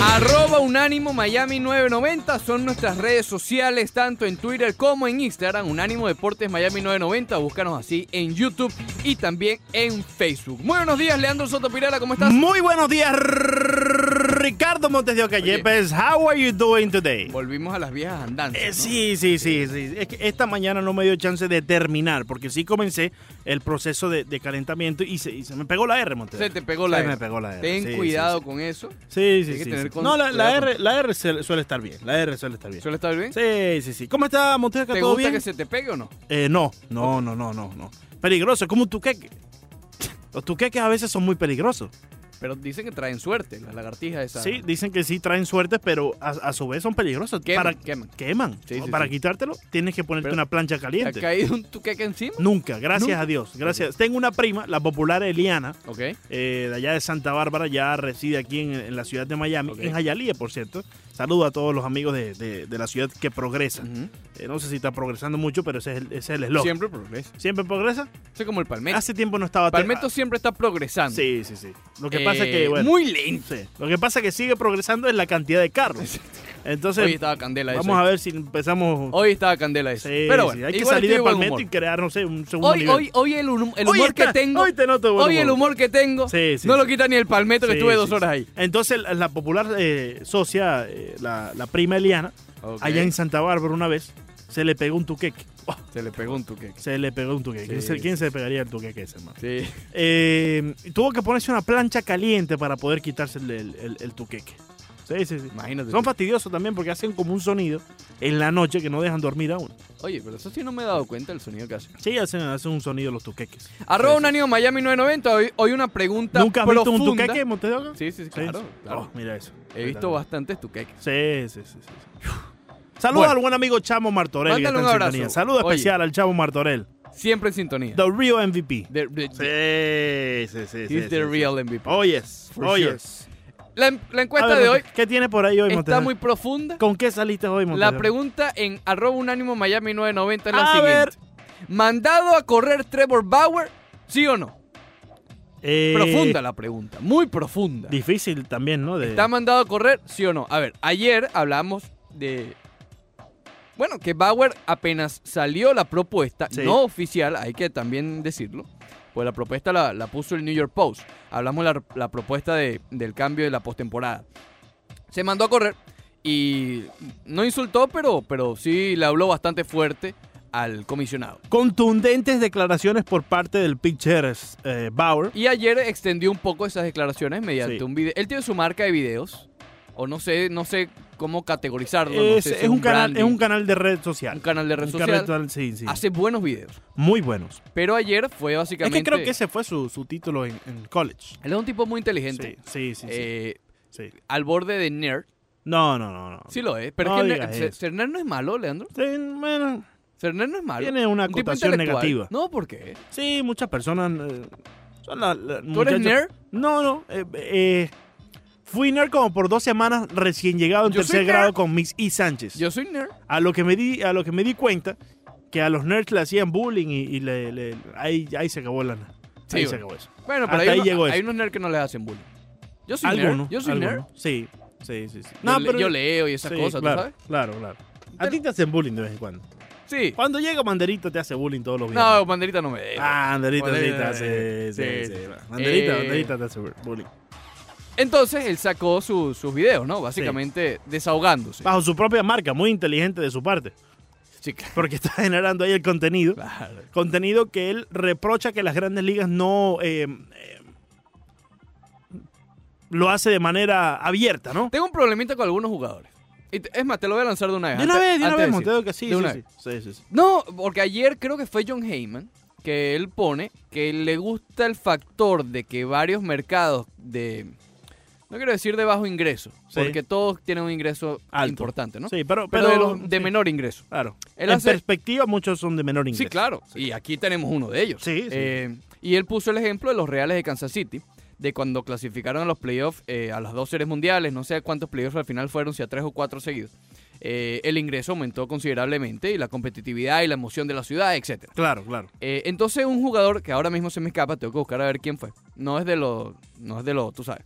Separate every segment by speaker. Speaker 1: Arroba Unánimo Miami 990 son nuestras redes sociales, tanto en Twitter como en Instagram. Unánimo Deportes Miami 990. Búscanos así en YouTube y también en Facebook. Muy buenos días, Leandro Soto Pirela, ¿cómo estás?
Speaker 2: Muy buenos días, Ricardo Montes de Oca
Speaker 1: Oye.
Speaker 2: Yepes. How are you doing today?
Speaker 1: Volvimos a las viejas andanzas.
Speaker 2: Eh,
Speaker 1: ¿no?
Speaker 2: sí, sí, sí, sí. Es que esta mañana no me dio chance de terminar, porque sí comencé el proceso de, de calentamiento y se, y se me pegó la R, Montes. de
Speaker 1: Se
Speaker 2: Oca.
Speaker 1: te pegó la
Speaker 2: Se
Speaker 1: R.
Speaker 2: me pegó la R.
Speaker 1: Ten
Speaker 2: Sí, sí,
Speaker 1: cuidado
Speaker 2: sí.
Speaker 1: con eso.
Speaker 2: Sí, sí,
Speaker 1: Hay que
Speaker 2: sí.
Speaker 1: tener
Speaker 2: sí.
Speaker 1: con-
Speaker 2: No, la, la
Speaker 1: cuidado
Speaker 2: R, la R se- suele estar bien. La R suele estar bien.
Speaker 1: ¿Suele estar bien?
Speaker 2: Sí, sí, sí. ¿Cómo está Montes? de Oca?
Speaker 1: ¿Te
Speaker 2: ¿Todo
Speaker 1: gusta
Speaker 2: bien?
Speaker 1: que se te pegue o no?
Speaker 2: Eh, no, no, no, no, no, no. Peligroso, es como un tuqueque. Los tuqueques a veces son muy peligrosos.
Speaker 1: Pero dicen que traen suerte las lagartijas esas.
Speaker 2: Sí, dicen que sí traen suerte, pero a, a su vez son peligrosos.
Speaker 1: Queman,
Speaker 2: para,
Speaker 1: queman.
Speaker 2: queman.
Speaker 1: Sí, sí,
Speaker 2: para
Speaker 1: sí.
Speaker 2: quitártelo tienes que ponerte
Speaker 1: Pero,
Speaker 2: una plancha
Speaker 1: ¿Te ha
Speaker 2: caliente.
Speaker 1: caído un tuqueque encima?
Speaker 2: Nunca, gracias
Speaker 1: Nunca.
Speaker 2: a Dios. Gracias. Tengo una prima, la popular Eliana,
Speaker 1: Ok.
Speaker 2: eh, de allá de Santa Bárbara, ya reside aquí en, en la ciudad de Miami,
Speaker 1: Ok.
Speaker 2: en Hialeah, por cierto. Saludo a todos los amigos de, de- de la ciudad que progresan.
Speaker 1: Ujú.
Speaker 2: Eh, no sé si está progresando mucho, pero ese es el- ese es el eslogan.
Speaker 1: Siempre progresa.
Speaker 2: ¿Siempre progresa?
Speaker 1: Eso es como el palmento.
Speaker 2: Hace tiempo no estaba...
Speaker 1: Palmetto siempre está progresando.
Speaker 2: Ah, Sí, sí, sí. Lo que pasa es que,
Speaker 1: Eh,
Speaker 2: bueno,
Speaker 1: Muy lento.
Speaker 2: sí. lo que pasa es que sigue progresando es la cantidad de carros. Entonces,
Speaker 1: Hoy estaba candela eso.
Speaker 2: vamos a ver si empezamos.
Speaker 1: Hoy estaba candela eso.
Speaker 2: Sí,
Speaker 1: Pero
Speaker 2: sí,
Speaker 1: bueno,
Speaker 2: hay que
Speaker 1: igual
Speaker 2: salir
Speaker 1: estoy
Speaker 2: de
Speaker 1: buen
Speaker 2: Palmetto y
Speaker 1: humor.
Speaker 2: crear, no sé, un segundo
Speaker 1: Hoy,
Speaker 2: nivel.
Speaker 1: hoy, hoy el, hum- el
Speaker 2: Hoy
Speaker 1: humor
Speaker 2: está-
Speaker 1: que tengo.
Speaker 2: hoy te noto de buen
Speaker 1: hoy el
Speaker 2: humor.
Speaker 1: humor que tengo.
Speaker 2: Sí, sí,
Speaker 1: no lo
Speaker 2: sí.
Speaker 1: quita ni el palmeto que
Speaker 2: Sí,
Speaker 1: estuve
Speaker 2: sí,
Speaker 1: dos
Speaker 2: sí.
Speaker 1: horas ahí.
Speaker 2: Entonces, la, la popular eh, socia, eh, la, la prima Eliana,
Speaker 1: Ok.
Speaker 2: allá en Santa Bárbara una vez, se le pegó un tuqueque. Oh,
Speaker 1: Se le pegó un tuqueque.
Speaker 2: se le pegó un tuqueque.
Speaker 1: Sí,
Speaker 2: ¿Quién se-
Speaker 1: sí.
Speaker 2: ¿Quién se le pegaría el tuqueque ese, hermano?
Speaker 1: Sí.
Speaker 2: Eh, tuvo que ponerse una plancha caliente para poder quitarse el, el- el- el tuqueque. Sí, sí, sí.
Speaker 1: Imagínate.
Speaker 2: Son fastidiosos también porque hacen como un sonido en la noche que no dejan dormir a uno.
Speaker 1: Oye, pero eso sí no me he dado cuenta del sonido que hace.
Speaker 2: Sí, hacen, hacen un sonido los tuqueques.
Speaker 1: Arroba
Speaker 2: Sí,
Speaker 1: un ánimo Miami 990. Hoy, hoy una pregunta
Speaker 2: ¿Nunca has visto un
Speaker 1: profunda.
Speaker 2: tuqueque en Montes de Oca?
Speaker 1: Sí, sí, sí,
Speaker 2: Sí.
Speaker 1: claro. claro.
Speaker 2: Oh, mira eso.
Speaker 1: He visto bastantes tuqueques.
Speaker 2: Sí, sí, sí. sí, sí. Saludos
Speaker 1: Bueno.
Speaker 2: al buen amigo Chamo Martorell. que
Speaker 1: Mándale
Speaker 2: está en
Speaker 1: un abrazo.
Speaker 2: sintonía. Saludo
Speaker 1: Oye.
Speaker 2: especial al Chamo Martorell.
Speaker 1: Siempre en sintonía.
Speaker 2: The real MVP.
Speaker 1: The- the-
Speaker 2: Sí, sí, sí. sí,
Speaker 1: he's
Speaker 2: sí,
Speaker 1: the
Speaker 2: sí.
Speaker 1: real MVP.
Speaker 2: Oh, yes.
Speaker 1: For
Speaker 2: Oh,
Speaker 1: sure.
Speaker 2: yes.
Speaker 1: La, en- la encuesta
Speaker 2: A ver,
Speaker 1: de hoy
Speaker 2: Montes, ¿Qué tienes por ahí hoy, Montes?
Speaker 1: está muy profunda.
Speaker 2: ¿Con qué saliste hoy, Montes?
Speaker 1: La pregunta en arroba unánimo Miami 990 es la
Speaker 2: A
Speaker 1: siguiente.
Speaker 2: ver.
Speaker 1: ¿Mandado a correr Trevor Bauer? ¿Sí o no?
Speaker 2: Eh,
Speaker 1: Profunda la pregunta, muy profunda.
Speaker 2: Difícil también, ¿no? De-
Speaker 1: ¿Está mandado a correr? ¿Sí o no? A ver, ayer hablamos de... Bueno, que Bauer apenas salió la propuesta,
Speaker 2: Sí.
Speaker 1: no oficial, hay que también decirlo, pues la propuesta la, la puso el New York Post. Hablamos la, la propuesta de- del cambio de la postemporada. Se mandó a correr y no insultó, pero, pero sí le habló bastante fuerte al comisionado.
Speaker 2: Contundentes declaraciones por parte del pitcher eh, Bauer.
Speaker 1: Y ayer extendió un poco esas declaraciones mediante
Speaker 2: Sí.
Speaker 1: un video. Él tiene su marca de videos. O no sé, no sé cómo categorizarlo. no
Speaker 2: Es,
Speaker 1: sé si
Speaker 2: es un canal, es
Speaker 1: branding,
Speaker 2: un canal de red social.
Speaker 1: un canal de red
Speaker 2: Un
Speaker 1: social.
Speaker 2: canal de red- sí, sí.
Speaker 1: Hace buenos videos.
Speaker 2: Muy buenos.
Speaker 1: Pero ayer fue
Speaker 2: Es
Speaker 1: básicamente.
Speaker 2: que creo que ese fue su, su título en, en college.
Speaker 1: Él es un tipo muy inteligente.
Speaker 2: Sí, sí, sí, sí,
Speaker 1: eh,
Speaker 2: sí.
Speaker 1: Al borde de nerd.
Speaker 2: No, no, no, no.
Speaker 1: Sí lo es. Pero
Speaker 2: No
Speaker 1: es que
Speaker 2: digas
Speaker 1: nerd- ser,
Speaker 2: eso.
Speaker 1: ser nerd no es malo, Leandro.
Speaker 2: Sí, bueno,
Speaker 1: Ser nerd no es malo.
Speaker 2: tiene una
Speaker 1: Un tipo
Speaker 2: acotación
Speaker 1: intelectual.
Speaker 2: negativa.
Speaker 1: No, ¿por qué?
Speaker 2: Sí, muchas personas eh, son la- la-
Speaker 1: ¿Tú eres
Speaker 2: muchachos-
Speaker 1: nerd?
Speaker 2: No, no. eh, eh, fui nerd como por dos semanas recién llegado en
Speaker 1: Yo soy
Speaker 2: tercer grado
Speaker 1: nerd.
Speaker 2: con Miss Y Sánchez.
Speaker 1: Yo soy nerd.
Speaker 2: A lo que me di, a lo que me di cuenta que a los nerds le hacían bullying y, y le, le- ahí, ahí se acabó la
Speaker 1: Sí,
Speaker 2: ahí
Speaker 1: bueno.
Speaker 2: se acabó eso.
Speaker 1: Bueno,
Speaker 2: Hasta
Speaker 1: pero hay,
Speaker 2: ahí
Speaker 1: unos-
Speaker 2: llegó
Speaker 1: hay
Speaker 2: eso.
Speaker 1: unos nerds que no les hacen bullying. Yo soy
Speaker 2: Alguno,
Speaker 1: nerd. Yo soy
Speaker 2: alguno.
Speaker 1: nerd.
Speaker 2: Sí, sí, sí, sí.
Speaker 1: yo, le- yo leo y esas
Speaker 2: sí,
Speaker 1: cosas,
Speaker 2: claro,
Speaker 1: ¿tú sabes?
Speaker 2: Claro, claro. A
Speaker 1: Pero-
Speaker 2: ti te hacen bullying de vez en cuando.
Speaker 1: Sí.
Speaker 2: Cuando llega Banderita te hace bullying todos los días.
Speaker 1: No, banderita no me debe.
Speaker 2: Ah, Banderita sí te
Speaker 1: Banderita,
Speaker 2: hace. Sí,
Speaker 1: sí.
Speaker 2: sí, va. Banderita,
Speaker 1: Eh,
Speaker 2: Banderita te hace bullying.
Speaker 1: Entonces él sacó su- sus videos, ¿no? Básicamente desahogándose.
Speaker 2: Bajo su propia marca, muy inteligente de su parte.
Speaker 1: Sí, claro.
Speaker 2: Porque está generando ahí el contenido. Contenido que él reprocha que las grandes ligas no eh, eh, lo hace de manera abierta, ¿no?
Speaker 1: Tengo un problemita con algunos jugadores. Y te- Es más, te lo voy a lanzar de una vez.
Speaker 2: De una
Speaker 1: antes-
Speaker 2: vez, de una
Speaker 1: antes
Speaker 2: vez,
Speaker 1: decir.
Speaker 2: Monteo, que sí,
Speaker 1: De una
Speaker 2: sí,
Speaker 1: vez.
Speaker 2: sí, sí, sí.
Speaker 1: No, porque ayer creo que fue John Heyman que él pone que le gusta el factor de que varios mercados de. No quiero decir de bajo ingreso,
Speaker 2: Sí.
Speaker 1: porque todos tienen un ingreso
Speaker 2: Alto.
Speaker 1: importante, ¿no?
Speaker 2: Sí, pero,
Speaker 1: Pero,
Speaker 2: pero,
Speaker 1: de, los de
Speaker 2: sí,
Speaker 1: menor ingreso.
Speaker 2: Claro.
Speaker 1: Él
Speaker 2: en
Speaker 1: hace-
Speaker 2: perspectiva, muchos son de menor ingreso.
Speaker 1: Sí, claro. Y aquí tenemos uno de ellos.
Speaker 2: Sí, sí.
Speaker 1: Eh, y él puso el ejemplo de los Reales de Kansas City, de cuando clasificaron a los playoffs, eh, a las dos series mundiales, no sé cuántos playoffs al final fueron, si a tres o cuatro seguidos. Eh, el ingreso aumentó considerablemente y la competitividad y la emoción de la ciudad, etcétera.
Speaker 2: Claro, claro.
Speaker 1: Eh, entonces un jugador que ahora mismo se me escapa, tengo que buscar a ver quién fue. No es de los, no es de los, tú sabes.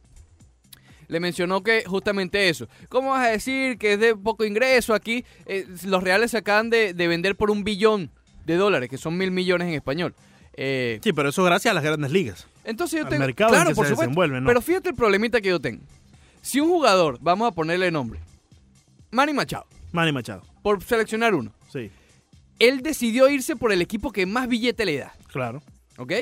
Speaker 1: le mencionó que justamente eso. ¿Cómo vas a decir que es de poco ingreso aquí? Eh, los reales se acaban de, de vender por un billón de dólares, que son mil millones en español. Eh,
Speaker 2: Sí, pero eso gracias a las grandes ligas.
Speaker 1: entonces yo
Speaker 2: Al
Speaker 1: tengo.
Speaker 2: mercado en
Speaker 1: claro,
Speaker 2: que
Speaker 1: por
Speaker 2: se
Speaker 1: supuesto.
Speaker 2: desenvuelve, ¿no?
Speaker 1: Pero fíjate el problemita que yo tengo. Si un jugador, vamos a ponerle nombre, Manny Machado,
Speaker 2: Manny Machado.
Speaker 1: por seleccionar uno,
Speaker 2: Sí,
Speaker 1: él decidió irse por el equipo que más billete le da,
Speaker 2: claro.
Speaker 1: ¿ok?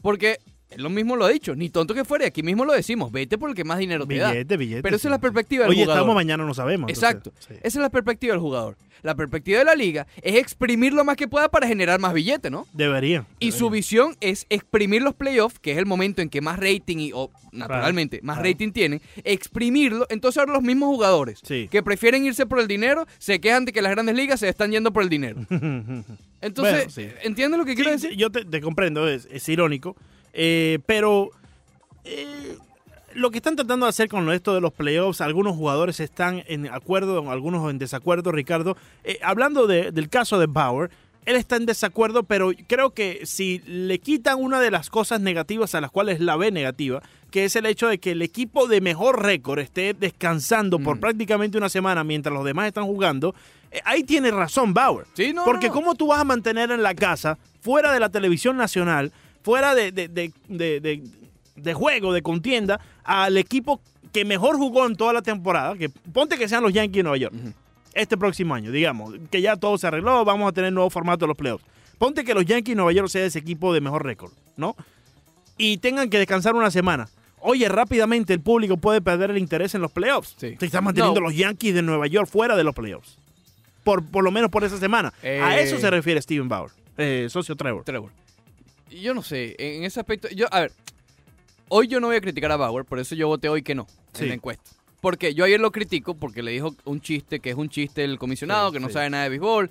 Speaker 1: Porque él lo mismo lo ha dicho, ni tonto que fuera, y aquí mismo lo decimos, vete por el que más dinero te da.
Speaker 2: Billete, billete.
Speaker 1: Pero esa
Speaker 2: sí.
Speaker 1: es la perspectiva del
Speaker 2: Oye,
Speaker 1: jugador.
Speaker 2: estamos mañana, no sabemos.
Speaker 1: Exacto.
Speaker 2: entonces, sí.
Speaker 1: Esa es la perspectiva del jugador. La perspectiva de la liga es exprimir lo más que pueda para generar más billete, ¿no?
Speaker 2: Debería.
Speaker 1: Y
Speaker 2: debería.
Speaker 1: su visión es exprimir los playoffs, que es el momento en que más rating, y, o naturalmente, más
Speaker 2: claro.
Speaker 1: rating tienen, exprimirlo. Entonces ahora los mismos jugadores
Speaker 2: Sí.
Speaker 1: que prefieren irse por el dinero se quejan de que las grandes ligas se están yendo por el dinero. Entonces,
Speaker 2: Bueno,
Speaker 1: ¿entiendes lo que quiero
Speaker 2: Sí,
Speaker 1: decir?
Speaker 2: sí, yo te, te comprendo, es, es irónico. eh, pero eh, lo que están tratando de hacer con esto de los playoffs, algunos jugadores están en acuerdo, algunos en desacuerdo, Ricardo. Eh, hablando de- del caso de Bauer, él está en desacuerdo, pero creo que si le quitan una de las cosas negativas a las cuales la ve negativa, que es el hecho de que el equipo de mejor récord esté descansando por
Speaker 1: Mm.
Speaker 2: prácticamente una semana mientras los demás están jugando, eh, ahí tiene razón Bauer.
Speaker 1: Sí, no,
Speaker 2: Porque
Speaker 1: no.
Speaker 2: ¿cómo tú vas a mantener en la casa, fuera de la televisión nacional, fuera de, de, de- de- de- de juego, de contienda, al equipo que mejor jugó en toda la temporada? Que ponte que sean los Yankees de Nueva York.
Speaker 1: Ujú.
Speaker 2: Este próximo año, digamos, que ya todo se arregló, vamos a tener nuevo formato de los playoffs. Ponte que los Yankees de Nueva York sea ese equipo de mejor récord, ¿no? Y tengan que descansar una semana. Oye, rápidamente el público puede perder el interés en los playoffs.
Speaker 1: Sí.
Speaker 2: Te están manteniendo
Speaker 1: No.
Speaker 2: los Yankees de Nueva York fuera de los playoffs por, por lo menos por esa semana. A
Speaker 1: Eh.
Speaker 2: eso se refiere Steven Bauer, eh, socio Trevor.
Speaker 1: Trevor. Yo no sé, en ese aspecto, yo, a ver, hoy yo no voy a criticar a Bauer, por eso yo voté hoy que no
Speaker 2: Sí.
Speaker 1: en la encuesta. Porque yo ayer lo critico porque le dijo un chiste que es un chiste el comisionado,
Speaker 2: Sí,
Speaker 1: que no
Speaker 2: sí.
Speaker 1: sabe nada de béisbol.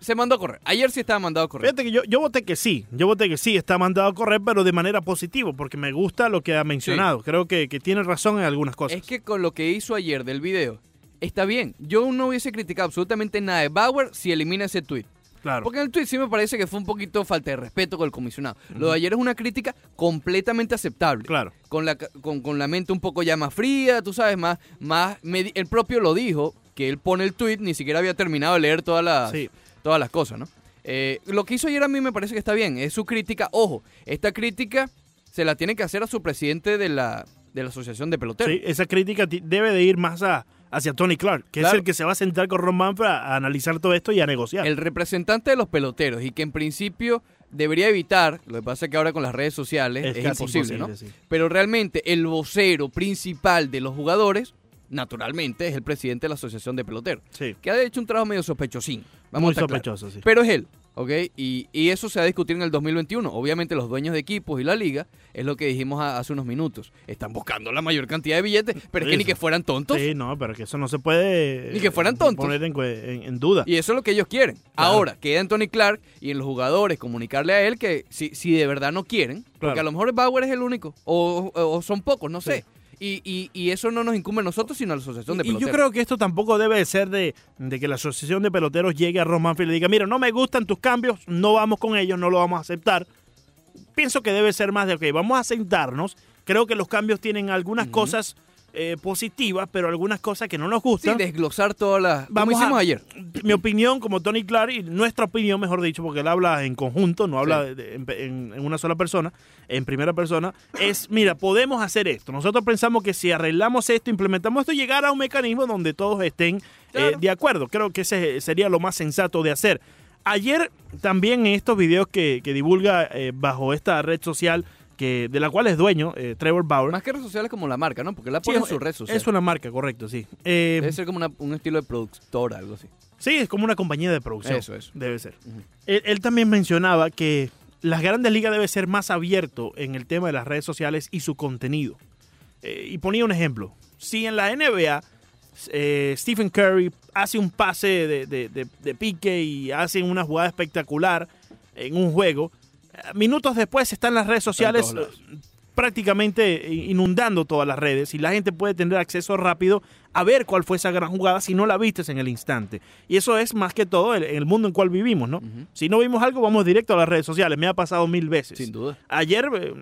Speaker 1: Se mandó a correr. Ayer sí estaba mandado a correr.
Speaker 2: Fíjate que yo, yo voté que sí, yo voté que sí, está mandado a correr, pero de manera positiva, porque me gusta lo que ha mencionado. Creo que, que tiene razón en algunas cosas.
Speaker 1: Es que con lo que hizo ayer del video, está bien. Yo no hubiese criticado absolutamente nada de Bauer si elimina ese tweet.
Speaker 2: claro.
Speaker 1: Porque en el tweet sí me parece que fue un poquito falta de respeto con el comisionado. Lo de ayer es una crítica completamente aceptable.
Speaker 2: Claro.
Speaker 1: Con la, ca- con, con la mente un poco ya más fría, tú sabes, más, más medi- el propio lo dijo, que él pone el tweet, ni siquiera había terminado de leer todas las,
Speaker 2: Sí.
Speaker 1: todas las cosas, ¿no? Eh, lo que hizo ayer a mí me parece que está bien, es su crítica. Ojo, esta crítica se la tiene que hacer a su presidente de la, de la Asociación de Peloteros.
Speaker 2: Sí, esa crítica ti- debe de ir más a- hacia Tony Clark, que
Speaker 1: Claro.
Speaker 2: es el que se va a sentar con Ron Manfred a, a analizar todo esto y a negociar.
Speaker 1: el representante de los peloteros y que en principio debería evitar, lo que pasa es que ahora con las redes sociales es,
Speaker 2: casi
Speaker 1: imposible, ¿no?
Speaker 2: sí.
Speaker 1: Pero realmente el vocero principal de los jugadores, naturalmente, es el presidente de la Asociación de Peloteros,
Speaker 2: Sí,
Speaker 1: que ha hecho un trabajo medio sospechosín. Vamos a
Speaker 2: muy
Speaker 1: estar claros.
Speaker 2: sospechoso, sí.
Speaker 1: Pero es él, ¿ok? Y, y eso se va a discutir en el 2021. Obviamente los dueños de equipos y la liga, es lo que dijimos a- hace unos minutos, están buscando la mayor cantidad de billetes, pero es que ni
Speaker 2: Eso.
Speaker 1: que fueran tontos.
Speaker 2: sí, no, pero que eso no se puede
Speaker 1: Ni que fueran
Speaker 2: eh,
Speaker 1: tontos.
Speaker 2: poner en, cue- en- en duda.
Speaker 1: Y eso es lo que ellos quieren. Ahora, queda en Tony Clark y en los jugadores comunicarle a él que si, si de verdad no quieren, porque
Speaker 2: Claro.
Speaker 1: a lo mejor Bauer es el único, o, o son pocos, no
Speaker 2: Sí.
Speaker 1: sé. Y, y- y eso no nos incumbe a nosotros, sino a la asociación de
Speaker 2: Y- y
Speaker 1: peloteros.
Speaker 2: yo creo que esto tampoco debe de ser de, de que la asociación de peloteros llegue a Ron Manfred y le diga, mira, no me gustan tus cambios, no vamos con ellos, no lo vamos a aceptar. Pienso que debe ser más de, ok, vamos a sentarnos. Creo que los cambios tienen algunas
Speaker 1: Ujú.
Speaker 2: cosas eh, positivas, pero algunas cosas que no nos
Speaker 1: Sí,
Speaker 2: gustan.
Speaker 1: desglosar todas las... Como
Speaker 2: Vamos a-
Speaker 1: hicimos ayer.
Speaker 2: Mi opinión, como Tony Clark, y nuestra opinión, mejor dicho, porque él habla en conjunto, no habla
Speaker 1: Sí.
Speaker 2: de- en, en- en una sola persona, en primera persona, es, mira, podemos hacer esto. Nosotros pensamos que si arreglamos esto, implementamos esto, llegar a un mecanismo donde todos estén eh,
Speaker 1: Claro.
Speaker 2: de acuerdo. Creo que ese sería lo más sensato de hacer. Ayer también en estos videos que, que divulga eh, bajo esta red social que, de la cual es dueño eh, Trevor Bauer.
Speaker 1: Más que redes sociales como la marca, ¿no? Porque la
Speaker 2: Sí,
Speaker 1: pone en su red social.
Speaker 2: es una marca, correcto, sí. Eh,
Speaker 1: Debe ser como una- un estilo de productora, algo así.
Speaker 2: Sí, es como una compañía de producción.
Speaker 1: Eso, eso.
Speaker 2: Debe ser.
Speaker 1: Ujú.
Speaker 2: él, él también mencionaba que las grandes ligas debe ser más abierto en el tema de las redes sociales y su contenido. Eh, y ponía un ejemplo. Si en la NBA eh, Stephen Curry hace un pase de, de- de- de pique y hace una jugada espectacular en un juego, eh, minutos después están las redes sociales
Speaker 1: todos lados.
Speaker 2: eh, prácticamente inundando todas las redes y la gente puede tener acceso rápido a ver cuál fue esa gran jugada si no la vistes en el instante. Y eso es más que todo el, el mundo en cual vivimos, ¿no?
Speaker 1: Ujú.
Speaker 2: Si no vimos algo, vamos directo a las redes sociales. Me ha pasado mil veces.
Speaker 1: Sin duda.
Speaker 2: Ayer, eh,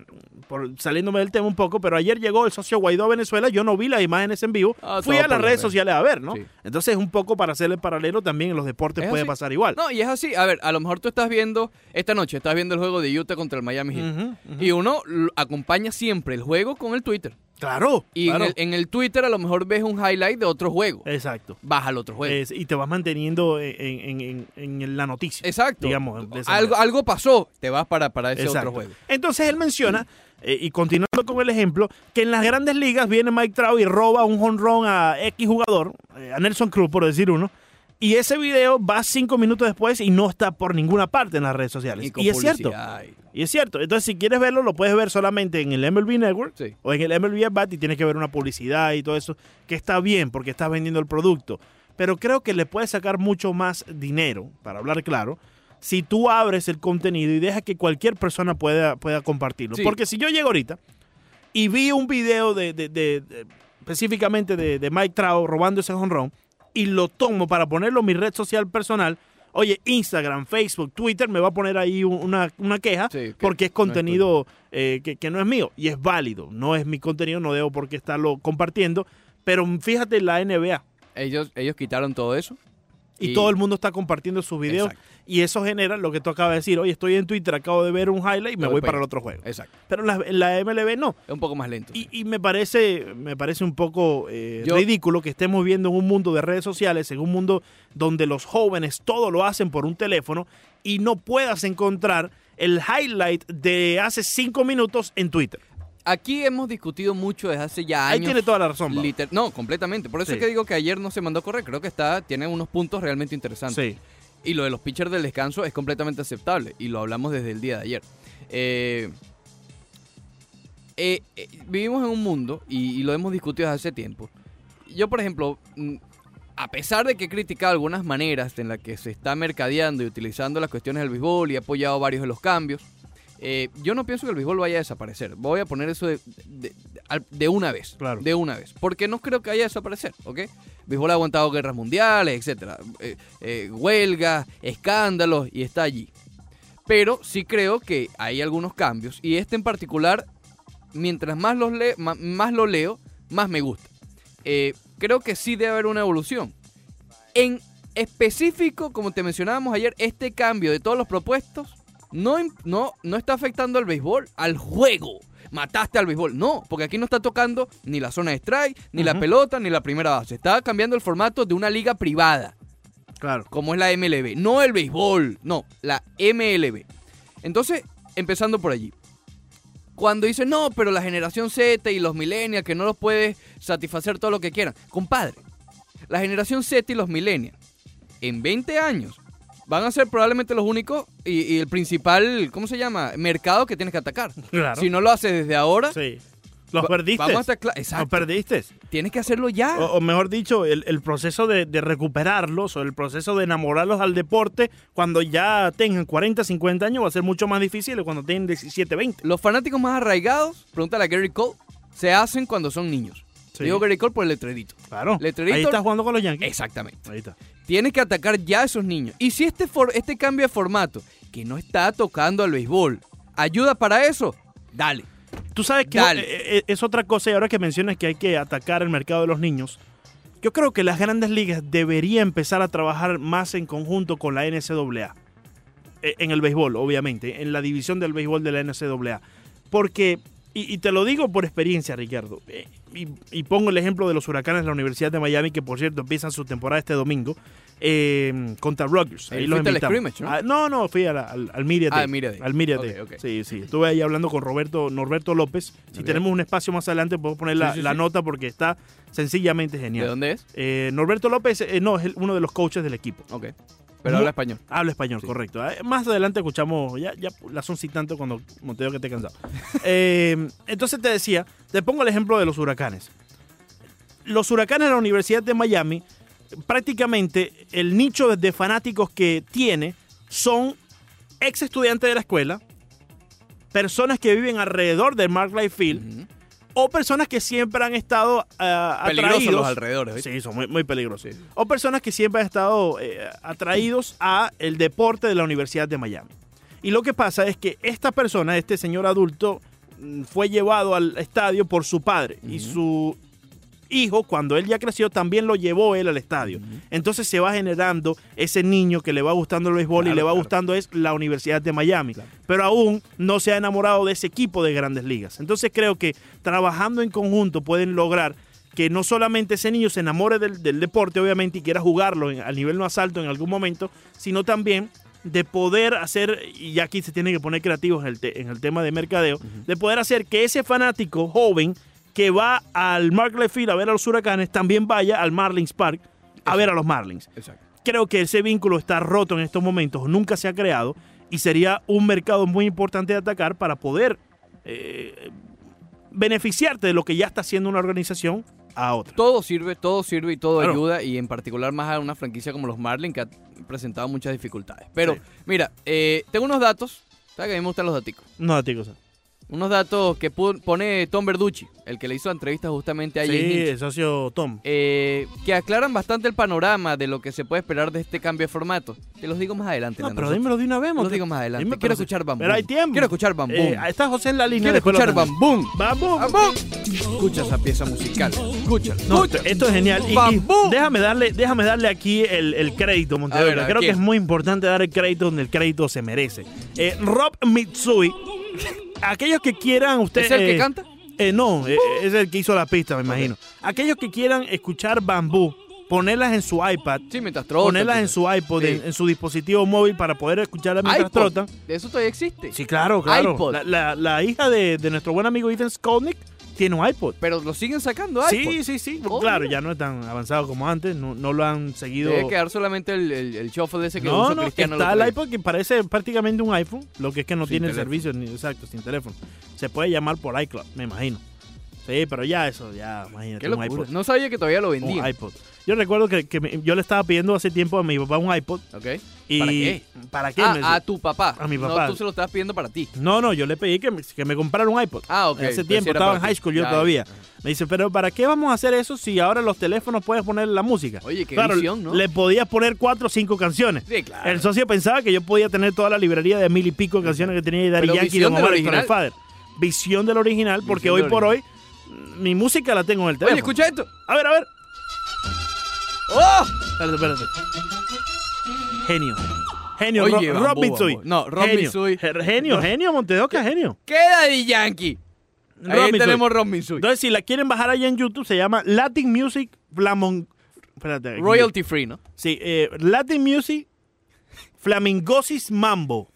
Speaker 2: por, saliéndome del tema un poco, pero ayer llegó el socio Guaidó a Venezuela, yo no vi las imágenes en vivo,
Speaker 1: Ah, todo por
Speaker 2: fui a las
Speaker 1: las
Speaker 2: redes
Speaker 1: redes.
Speaker 2: sociales a ver, ¿no?
Speaker 1: Sí.
Speaker 2: Entonces, un poco para hacer el paralelo también en los deportes
Speaker 1: Es
Speaker 2: puede
Speaker 1: así.
Speaker 2: pasar igual.
Speaker 1: No, y es así. A ver, a lo mejor tú estás viendo, esta noche estás viendo el juego de Utah contra el Miami Heat.
Speaker 2: Ujú, ujú.
Speaker 1: Y uno l- acompaña siempre el juego con el Twitter.
Speaker 2: claro,
Speaker 1: Y
Speaker 2: claro.
Speaker 1: en, el, en el Twitter a lo mejor ves un highlight de otro juego.
Speaker 2: exacto.
Speaker 1: Baja el otro juego.
Speaker 2: Es- y te vas manteniendo en, en- en- en la noticia.
Speaker 1: Exacto.
Speaker 2: digamos, de esa
Speaker 1: algo,
Speaker 2: manera.
Speaker 1: algo pasó. Te vas para, para ese
Speaker 2: Exacto.
Speaker 1: otro juego.
Speaker 2: Entonces él menciona, eh, y continuando con el ejemplo, que en las grandes ligas viene Mike Trout y roba un jonrón a X jugador, eh, a Nelson Cruz por decir uno, y ese video va cinco minutos después y no está por ninguna parte en las redes sociales.
Speaker 1: con
Speaker 2: Y, es cierto,
Speaker 1: publicidad y-
Speaker 2: y es cierto. Entonces si quieres verlo, lo puedes ver solamente en el MLB Network
Speaker 1: Sí.
Speaker 2: o en el MLB At Bat y tienes que ver una publicidad y todo eso, que está bien porque estás vendiendo el producto. Pero creo que le puedes sacar mucho más dinero, para hablar claro, si tú abres el contenido y dejas que cualquier persona pueda, pueda compartirlo.
Speaker 1: Sí.
Speaker 2: Porque si yo llego ahorita y vi un video de, de- de- de- específicamente de, de Mike Trout robando ese jonrón y lo tomo para ponerlo en mi red social personal, oye, Instagram, Facebook, Twitter, me va a poner ahí un- una, una queja
Speaker 1: Sí, que
Speaker 2: porque es
Speaker 1: no es tuyo.
Speaker 2: contenido eh, que, que no es mío y es válido. No es mi contenido, no debo por qué estarlo compartiendo. Pero fíjate la NBA
Speaker 1: Ellos, ellos quitaron todo eso.
Speaker 2: y,
Speaker 1: Y-
Speaker 2: todo el mundo está compartiendo sus videos
Speaker 1: Exacto.
Speaker 2: y eso genera lo que tú acabas de decir. Oye, estoy en Twitter, acabo de ver un highlight y me
Speaker 1: Voy
Speaker 2: voy
Speaker 1: pa'
Speaker 2: para el
Speaker 1: allá.
Speaker 2: otro juego.
Speaker 1: Exacto.
Speaker 2: Pero la, la MLB no.
Speaker 1: Es un poco más lento.
Speaker 2: Y, y me parece me parece un poco eh,
Speaker 1: Yo-
Speaker 2: ridículo que estemos viendo en un mundo de redes sociales, en un mundo donde los jóvenes todo lo hacen por un teléfono y no puedas encontrar el highlight de hace cinco minutos en Twitter.
Speaker 1: Aquí hemos discutido mucho desde hace ya
Speaker 2: Ahí
Speaker 1: años.
Speaker 2: tiene toda la razón. Babo.
Speaker 1: Liter- no, completamente. Por eso
Speaker 2: Sí.
Speaker 1: es que digo que ayer no se mandó a correr. Creo que está, tiene unos puntos realmente interesantes.
Speaker 2: Sí.
Speaker 1: Y lo de los pitchers del descanso es completamente aceptable. Y lo hablamos desde el día de ayer. Eh, eh, eh, vivimos en un mundo, y, y lo hemos discutido desde hace tiempo. Yo, por ejemplo, mm, a pesar de que he criticado algunas maneras en las que se está mercadeando y utilizando las cuestiones del béisbol y he apoyado varios de los cambios, eh, yo no pienso que el béisbol vaya a desaparecer. Voy a poner eso de, de- de- al- de una vez.
Speaker 2: Claro.
Speaker 1: De una vez. Porque no creo que vaya a desaparecer, ¿ok? El béisbol ha aguantado guerras mundiales, etcétera. eh, eh, huelgas, escándalos, y está allí. Pero sí creo que hay algunos cambios. Y este en particular, mientras más, los le- ma- más lo leo, más me gusta. Eh, creo que sí debe haber una evolución. En específico, como te mencionábamos ayer, este cambio de todos los propuestos no, im- no, no está afectando al béisbol, al juego. Mataste al béisbol. No, porque aquí no está tocando ni la zona de strike, ni la
Speaker 2: Ujú.
Speaker 1: pelota, ni la primera base. Está cambiando el formato de una liga privada
Speaker 2: Claro.
Speaker 1: como es la MLB. No el béisbol, no, la MLB. Entonces, empezando por allí. Cuando dicen, no, pero la generación Z y los millennials, que no los puedes satisfacer todo lo que quieran. Compadre, la generación Z y los millennials, en 20 años, van a ser probablemente los únicos y, y el principal, ¿cómo se llama? Mercado que tienes que atacar.
Speaker 2: Claro.
Speaker 1: Si no lo haces desde ahora,
Speaker 2: Sí. Los
Speaker 1: va-
Speaker 2: perdiste.
Speaker 1: vamos a estar cla-
Speaker 2: Los Oh.
Speaker 1: Exacto. Ah.
Speaker 2: perdiste.
Speaker 1: Tienes que hacerlo ya.
Speaker 2: O, o mejor dicho, el, el proceso de, de recuperarlos o el proceso de enamorarlos al deporte cuando ya tengan 40, 50 años va a ser mucho más difícil que cuando tienen 17, 20.
Speaker 1: Los fanáticos más arraigados, pregúntale a Gary Cole, se hacen cuando son niños.
Speaker 2: Sí.
Speaker 1: Digo Gary Cole por el letrerito.
Speaker 2: Claro.
Speaker 1: Letrerito-
Speaker 2: Ahí estás jugando con los Yankees.
Speaker 1: Exactamente.
Speaker 2: Ahí está.
Speaker 1: Tienes que atacar ya a esos niños. Y si este, for- este cambio de formato, que no está tocando al béisbol, ayuda para eso, dale.
Speaker 2: Tú sabes que
Speaker 1: Dale.
Speaker 2: eh, eh, es otra cosa y ahora que mencionas que hay que atacar el mercado de los niños, yo creo que las grandes ligas deberían empezar a trabajar más en conjunto con la NCAA. Eh, En el béisbol, obviamente, en la división del béisbol de la NCAA. Porque, y, y te lo digo por experiencia, Ricardo, eh, y, y pongo el ejemplo de los huracanes de la Universidad de Miami, que por cierto empiezan su temporada este domingo, eh, contra Rogers.
Speaker 1: Ahí fuiste al scrimmage, ¿no?
Speaker 2: Ah, no, no, fui a la- al, al Media
Speaker 1: Ah,
Speaker 2: Day.
Speaker 1: Media Day.
Speaker 2: Al Media Day.
Speaker 1: Ok, ok.
Speaker 2: Sí, sí. Estuve ahí hablando con Roberto Norberto López. Si
Speaker 1: Ok.
Speaker 2: tenemos un espacio más adelante, puedo poner la,
Speaker 1: Sí, sí,
Speaker 2: la
Speaker 1: sí.
Speaker 2: nota porque está sencillamente
Speaker 1: ¿De
Speaker 2: genial.
Speaker 1: dónde es?
Speaker 2: Eh, Norberto López eh, no es el- uno de los coaches del equipo.
Speaker 1: Ok.
Speaker 2: Mu-
Speaker 1: Pero habla español.
Speaker 2: Habla español,
Speaker 1: Sí.
Speaker 2: correcto. Eh, Más adelante escuchamos, ya, ya las son tanto cuando Monteo que te he cansado. Eh, entonces te decía, te pongo el ejemplo de los huracanes. Los huracanes de la Universidad de Miami, prácticamente el nicho de fanáticos que tiene son ex estudiantes de la escuela, personas que viven alrededor del Mark Life Field
Speaker 1: Ujú.
Speaker 2: o personas que siempre han estado eh,
Speaker 1: Peligrosos
Speaker 2: atraídos
Speaker 1: los alrededores. ¿viste?
Speaker 2: Sí, son muy, muy peligrosos.
Speaker 1: Sí.
Speaker 2: O personas que siempre han estado eh, atraídos a el deporte de la Universidad de Miami. Y lo que pasa es que esta persona, este señor adulto, mm, fue llevado al estadio por su padre. Y
Speaker 1: Ujú.
Speaker 2: su hijo, cuando él ya creció, también lo llevó él al estadio.
Speaker 1: Ujú.
Speaker 2: Entonces se va generando ese niño que le va gustando el béisbol y
Speaker 1: Claro,
Speaker 2: le va
Speaker 1: claro.
Speaker 2: gustando es la Universidad de Miami.
Speaker 1: Claro.
Speaker 2: Pero aún no se ha enamorado de ese equipo de grandes ligas. Entonces creo que trabajando en conjunto pueden lograr que no solamente ese niño se enamore del, del deporte, obviamente, y quiera jugarlo en- al nivel más alto en algún momento, sino también de poder hacer, y aquí se tienen que poner creativos en el, te- en el tema de mercadeo, de poder hacer que ese fanático joven que va al Markley Field a ver a los huracanes también vaya al Marlins Park a ver a los Marlins.
Speaker 1: Exacto.
Speaker 2: Creo que ese vínculo está roto en estos momentos, nunca se ha creado y sería un mercado muy importante de atacar para poder eh, beneficiarte de lo que ya está haciendo una organización a otra.
Speaker 1: Todo sirve, todo sirve y todo
Speaker 2: Claro.
Speaker 1: ayuda y en particular más a una franquicia como los Marlins que ha presentado muchas dificultades. Pero
Speaker 2: Sí.
Speaker 1: mira, eh, tengo unos datos, ¿sabes que a mí me gustan los daticos?
Speaker 2: No, tío, o sea,
Speaker 1: Unos datos que pu- pone Tom Verducci, el que le hizo la entrevista justamente a
Speaker 2: Sí,
Speaker 1: Jay Hinch.
Speaker 2: el socio Tom.
Speaker 1: eh, que aclaran bastante el panorama de lo que se puede esperar de este cambio de formato. Te los digo más adelante.
Speaker 2: No,
Speaker 1: Leandro.
Speaker 2: pero dímelo de una vez,
Speaker 1: Los
Speaker 2: Monte-
Speaker 1: digo más adelante.
Speaker 2: dime,
Speaker 1: Quiero
Speaker 2: pero-
Speaker 1: escuchar Bambú.
Speaker 2: Pero hay tiempo.
Speaker 1: Quiero escuchar Bambú.
Speaker 2: Eh, está José en la línea.
Speaker 1: Quiero
Speaker 2: después lo
Speaker 1: escuchar
Speaker 2: atendemos.
Speaker 1: Bambú.
Speaker 2: Bambú.
Speaker 1: Bambú. Escucha esa pieza musical. Escúchala.
Speaker 2: No,
Speaker 1: escúchala.
Speaker 2: esto es genial. Y- y
Speaker 1: ¡Bambú!
Speaker 2: déjame darle, déjame darle aquí el, el crédito,
Speaker 1: A ver,
Speaker 2: Monteverde.
Speaker 1: ¿a
Speaker 2: Creo que
Speaker 1: quién?
Speaker 2: es muy importante dar el crédito donde el crédito se merece. Eh, Rob Mitsui. Aquellos que quieran ustedes.
Speaker 1: ¿Es el que
Speaker 2: eh,
Speaker 1: canta?
Speaker 2: eh, no, eh, es el que hizo la pista, me imagino. Aquellos que quieran escuchar bambú, ponerlas en su iPad,
Speaker 1: Sí, mientras trota.
Speaker 2: ponerlas en su iPod,
Speaker 1: Sí.
Speaker 2: en, en su dispositivo móvil para poder escucharlas mientras
Speaker 1: iPod.
Speaker 2: trotan.
Speaker 1: Eso todavía existe.
Speaker 2: Sí, claro, claro.
Speaker 1: iPod.
Speaker 2: La, la- la hija de, de nuestro buen amigo Ethan Skolnick tiene un iPod.
Speaker 1: Pero lo siguen sacando iPod.
Speaker 2: Sí, sí, sí.
Speaker 1: Oh,
Speaker 2: claro,
Speaker 1: mira.
Speaker 2: ya no es tan avanzado como antes, no, no lo han seguido.
Speaker 1: Debe quedar solamente el, el, el shuffle ese que
Speaker 2: No,
Speaker 1: usa
Speaker 2: no,
Speaker 1: Cristiano.
Speaker 2: está
Speaker 1: otro
Speaker 2: el
Speaker 1: día.
Speaker 2: iPod que parece prácticamente un iPhone, lo que es que no
Speaker 1: Sin
Speaker 2: tiene el
Speaker 1: teléfono.
Speaker 2: servicio, ni, exacto, sin teléfono. Se puede llamar por iCloud, me imagino. Sí, pero ya eso, ya, imagínate,
Speaker 1: Qué
Speaker 2: un
Speaker 1: locura.
Speaker 2: iPod.
Speaker 1: No sabía que todavía lo
Speaker 2: Un
Speaker 1: vendían.
Speaker 2: iPod. Yo recuerdo que, que me- yo le estaba pidiendo hace tiempo a mi papá un iPod.
Speaker 1: ¿Ok?
Speaker 2: Y
Speaker 1: ¿Para qué?
Speaker 2: ¿Para qué? Me
Speaker 1: Ah,
Speaker 2: decía.
Speaker 1: a tu papá.
Speaker 2: A mi
Speaker 1: No,
Speaker 2: papá.
Speaker 1: tú se lo estabas pidiendo para ti.
Speaker 2: No, no, yo le pedí que me, que me comprara un iPod.
Speaker 1: Ah, ok.
Speaker 2: Hace
Speaker 1: Entonces
Speaker 2: tiempo,
Speaker 1: era
Speaker 2: estaba
Speaker 1: para
Speaker 2: en
Speaker 1: ti.
Speaker 2: high school yo
Speaker 1: Ya,
Speaker 2: todavía. Me dice, pero ¿para qué vamos a hacer eso si ahora los teléfonos puedes poner la música?
Speaker 1: Oye, qué
Speaker 2: claro,
Speaker 1: visión, ¿no?
Speaker 2: le podías poner cuatro o cinco canciones.
Speaker 1: Sí, claro.
Speaker 2: El socio pensaba que yo podía tener toda la librería de mil y pico de canciones que tenía Daddy
Speaker 1: Pero
Speaker 2: Yankee,
Speaker 1: visión
Speaker 2: Don
Speaker 1: del
Speaker 2: Omar y Héctor el
Speaker 1: original.
Speaker 2: Father. Visión del original, porque
Speaker 1: Visión
Speaker 2: hoy
Speaker 1: del
Speaker 2: por hoy mm, mi música la tengo en el teléfono.
Speaker 1: Oye, escucha esto.
Speaker 2: A ver, a ver.
Speaker 1: ¡Oh!
Speaker 2: Espérate, espérate. Genio. Genio,
Speaker 1: Oye,
Speaker 2: Ro-
Speaker 1: bambú,
Speaker 2: Rob
Speaker 1: bambú.
Speaker 2: Mitsui.
Speaker 1: No, Rob
Speaker 2: Genio.
Speaker 1: Mitsui.
Speaker 2: Genio, genio, Montedoca, genio.
Speaker 1: Queda de Yankee. Ahí
Speaker 2: Rob Mitsui.
Speaker 1: tenemos Ron Mitsui.
Speaker 2: Entonces, si la quieren bajar allá en YouTube, se llama Latin Music Flamon... Espérate. aquí.
Speaker 1: Royalty free, ¿no?
Speaker 2: Sí, eh, Latin Music Flamingosis Mambo.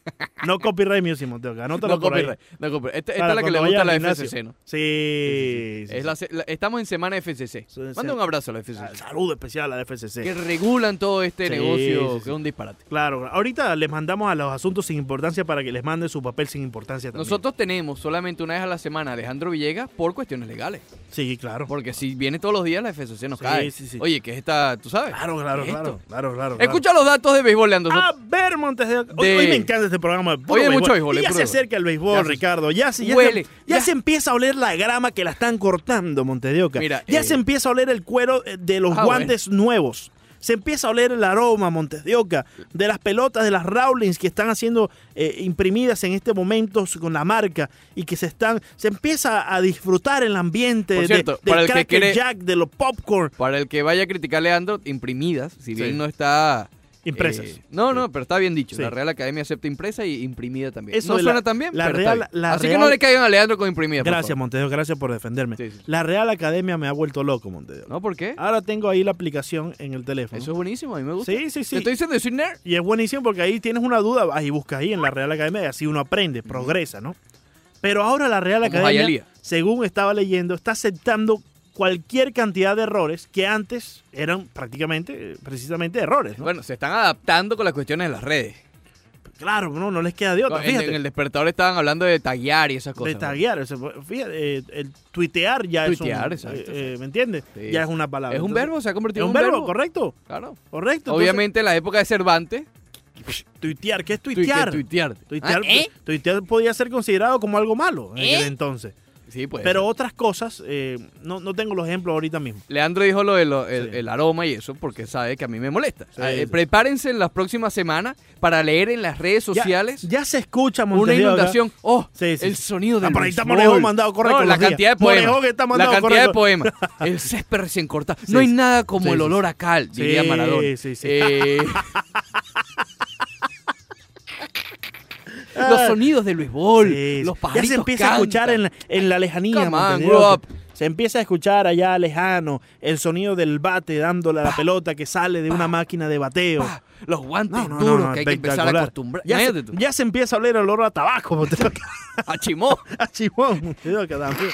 Speaker 2: No copyright music, Monteoca. Anótalo
Speaker 1: No
Speaker 2: por ahí.
Speaker 1: copyright. No copyright. Este, Esta, esta
Speaker 2: Para
Speaker 1: es la que le
Speaker 2: cuando
Speaker 1: gusta
Speaker 2: vaya
Speaker 1: a la
Speaker 2: al gimnasio.
Speaker 1: FCC, ¿no?
Speaker 2: Sí. sí,
Speaker 1: Es la- la- estamos en semana FCC.
Speaker 2: Sí,
Speaker 1: Manda
Speaker 2: sí.
Speaker 1: un abrazo a la
Speaker 2: sí.
Speaker 1: FCC.
Speaker 2: Saludo especial a la FCC.
Speaker 1: Que regulan todo este
Speaker 2: Sí,
Speaker 1: negocio,
Speaker 2: sí, sí.
Speaker 1: que es un disparate.
Speaker 2: Claro, ahorita les mandamos a los asuntos sin importancia para que les manden su papel sin importancia también.
Speaker 1: Nosotros tenemos solamente una vez a la semana a Alejandro Villegas por cuestiones legales.
Speaker 2: Sí, claro.
Speaker 1: Porque si viene todos los días, la FCC nos
Speaker 2: Sí,
Speaker 1: cae.
Speaker 2: sí, sí.
Speaker 1: Oye, ¿qué es esta? ¿Tú sabes?
Speaker 2: Claro, claro,
Speaker 1: ¿Qué es
Speaker 2: claro,
Speaker 1: esto?
Speaker 2: claro, claro. Ah.
Speaker 1: Escucha los datos de béisbol, Leandro.
Speaker 2: A ver, Montes de Oca. Hoy,
Speaker 1: De-
Speaker 2: hoy me encanta este programa. de puro
Speaker 1: Hoy hay mucho béisbol,
Speaker 2: Y
Speaker 1: es
Speaker 2: Ya
Speaker 1: puro
Speaker 2: se
Speaker 1: béisbol.
Speaker 2: acerca el béisbol,
Speaker 1: Ya se-
Speaker 2: Ricardo. Ya, se- ya,
Speaker 1: Huele,
Speaker 2: se- ya
Speaker 1: ya.
Speaker 2: se empieza a oler la grama que la están cortando, Montes de Oca.
Speaker 1: Mira,
Speaker 2: ya
Speaker 1: eh,
Speaker 2: se empieza a oler el cuero eh, de los
Speaker 1: Ah,
Speaker 2: guantes nuevos. Se empieza a oler el aroma, Montes de Oca, de las pelotas, de las Rawlings que están haciendo eh, imprimidas en este momento con la marca y que se están. Se empieza a disfrutar el ambiente
Speaker 1: Por
Speaker 2: de-
Speaker 1: cierto,
Speaker 2: del
Speaker 1: para el que
Speaker 2: Cracker
Speaker 1: quiere-
Speaker 2: Jack, de los popcorn.
Speaker 1: Para el que vaya a criticar a Leandro, imprimidas, si bien
Speaker 2: Sí.
Speaker 1: no está...
Speaker 2: Impresas.
Speaker 1: eh, no, no, pero está bien dicho.
Speaker 2: Sí.
Speaker 1: La Real Academia acepta impresa y imprimida también.
Speaker 2: Eso
Speaker 1: no
Speaker 2: de la-
Speaker 1: suena tan bien,
Speaker 2: la
Speaker 1: pero
Speaker 2: Real-
Speaker 1: está bien.
Speaker 2: la
Speaker 1: Así que
Speaker 2: Real-
Speaker 1: no le caigan a Leandro con imprimida, por
Speaker 2: Gracias,
Speaker 1: favor.
Speaker 2: Montedio, gracias por defenderme.
Speaker 1: Sí, sí.
Speaker 2: La Real Academia me ha vuelto loco, Montedio.
Speaker 1: ¿No? ¿Por qué?
Speaker 2: Ahora tengo ahí la aplicación en el teléfono.
Speaker 1: Eso es buenísimo, a mí me gusta.
Speaker 2: Ah, sí, sí,
Speaker 1: Te
Speaker 2: sí.
Speaker 1: estoy diciendo, yo soy nerd.
Speaker 2: Y es buenísimo porque ahí tienes una duda, vas y buscas ahí en la Real Academia y así uno aprende, progresa, ¿no? Pero ahora la Real
Speaker 1: Como
Speaker 2: Academia,
Speaker 1: Hialeah.
Speaker 2: según estaba leyendo, está aceptando cualquier cantidad de errores que antes eran prácticamente, eh, precisamente errores, ¿no?
Speaker 1: Bueno, se están adaptando con las cuestiones de las redes.
Speaker 2: claro, no, no les queda de otra.
Speaker 1: en,
Speaker 2: Fíjate,
Speaker 1: en el despertador estaban hablando de taguear y esas cosas.
Speaker 2: de taguear, o sea, fíjate, eh, el tuitear ya
Speaker 1: Tuitear,
Speaker 2: es un,
Speaker 1: exacto,
Speaker 2: eh, eh, ¿me entiendes?
Speaker 1: Sí.
Speaker 2: Ya es una
Speaker 1: ¿no?
Speaker 2: palabra.
Speaker 1: Es un
Speaker 2: Entonces,
Speaker 1: verbo, se ha convertido
Speaker 2: Es
Speaker 1: en
Speaker 2: un verbo, correcto,
Speaker 1: Claro.
Speaker 2: correcto. Entonces,
Speaker 1: Obviamente, en la época de Cervantes,
Speaker 2: tuitear, ¿qué es
Speaker 1: Tui- que
Speaker 2: tuitear?
Speaker 1: tuitearte.
Speaker 2: Tuitear, pues.
Speaker 3: Ah, ¿eh?
Speaker 2: tuitear podía ser considerado como algo malo en
Speaker 3: ¿Eh?
Speaker 2: aquel entonces.
Speaker 1: Sí, pues.
Speaker 2: Pero otras cosas, eh, no, no tengo los ejemplos ahorita mismo.
Speaker 1: Leandro dijo lo del el,
Speaker 2: Sí.
Speaker 1: el aroma y eso porque sabe que a mí me molesta.
Speaker 2: Sí,
Speaker 1: Ah, eh,
Speaker 2: sí.
Speaker 1: Prepárense en las próximas semanas para leer en las redes
Speaker 2: Ya-
Speaker 1: sociales
Speaker 2: Ya, se escucha
Speaker 1: una
Speaker 2: Montevideo acá.
Speaker 1: inundación. ¡Oh!
Speaker 2: Sí, sí,
Speaker 1: el
Speaker 2: sí.
Speaker 1: sonido del
Speaker 2: Ah, por ahí está
Speaker 1: béisbol.
Speaker 2: Morejón mandado corre con
Speaker 1: la
Speaker 2: los días.
Speaker 1: cantidad de
Speaker 2: Morejón
Speaker 1: poemas.
Speaker 2: que está
Speaker 1: la
Speaker 2: mandado
Speaker 1: cantidad
Speaker 2: corre
Speaker 1: de
Speaker 2: con-
Speaker 1: poemas. El césped recién cortado.
Speaker 2: Sí,
Speaker 1: no hay
Speaker 2: sí.
Speaker 1: nada como
Speaker 2: Sí,
Speaker 1: el
Speaker 2: sí,
Speaker 1: olor
Speaker 2: sí.
Speaker 1: a cal,
Speaker 2: Sí,
Speaker 1: diría Maradona.
Speaker 2: sí, sí.
Speaker 1: Eh, los sonidos del béisbol.
Speaker 2: Sí, sí.
Speaker 1: Los
Speaker 2: ya
Speaker 1: pajaritos
Speaker 2: se empieza a
Speaker 1: cantan.
Speaker 2: escuchar en la, en la lejanía.
Speaker 1: Come on,
Speaker 2: Montevideo,
Speaker 1: grow up.
Speaker 2: que Se empieza a escuchar allá lejano el sonido del bate dándole a la pelota que sale de una máquina de bateo.
Speaker 1: Pa, Los guantes
Speaker 2: No, no,
Speaker 1: duros
Speaker 2: no, no,
Speaker 1: que hay que empezar a
Speaker 2: espectacular.
Speaker 1: acostumbrar.
Speaker 2: Ya se,
Speaker 1: Imagínate tú.
Speaker 2: ya se empieza a oler el olor a tabaco. Montevideo, acá.
Speaker 1: A chimó.
Speaker 2: a Chimón, Montevideo, acá también.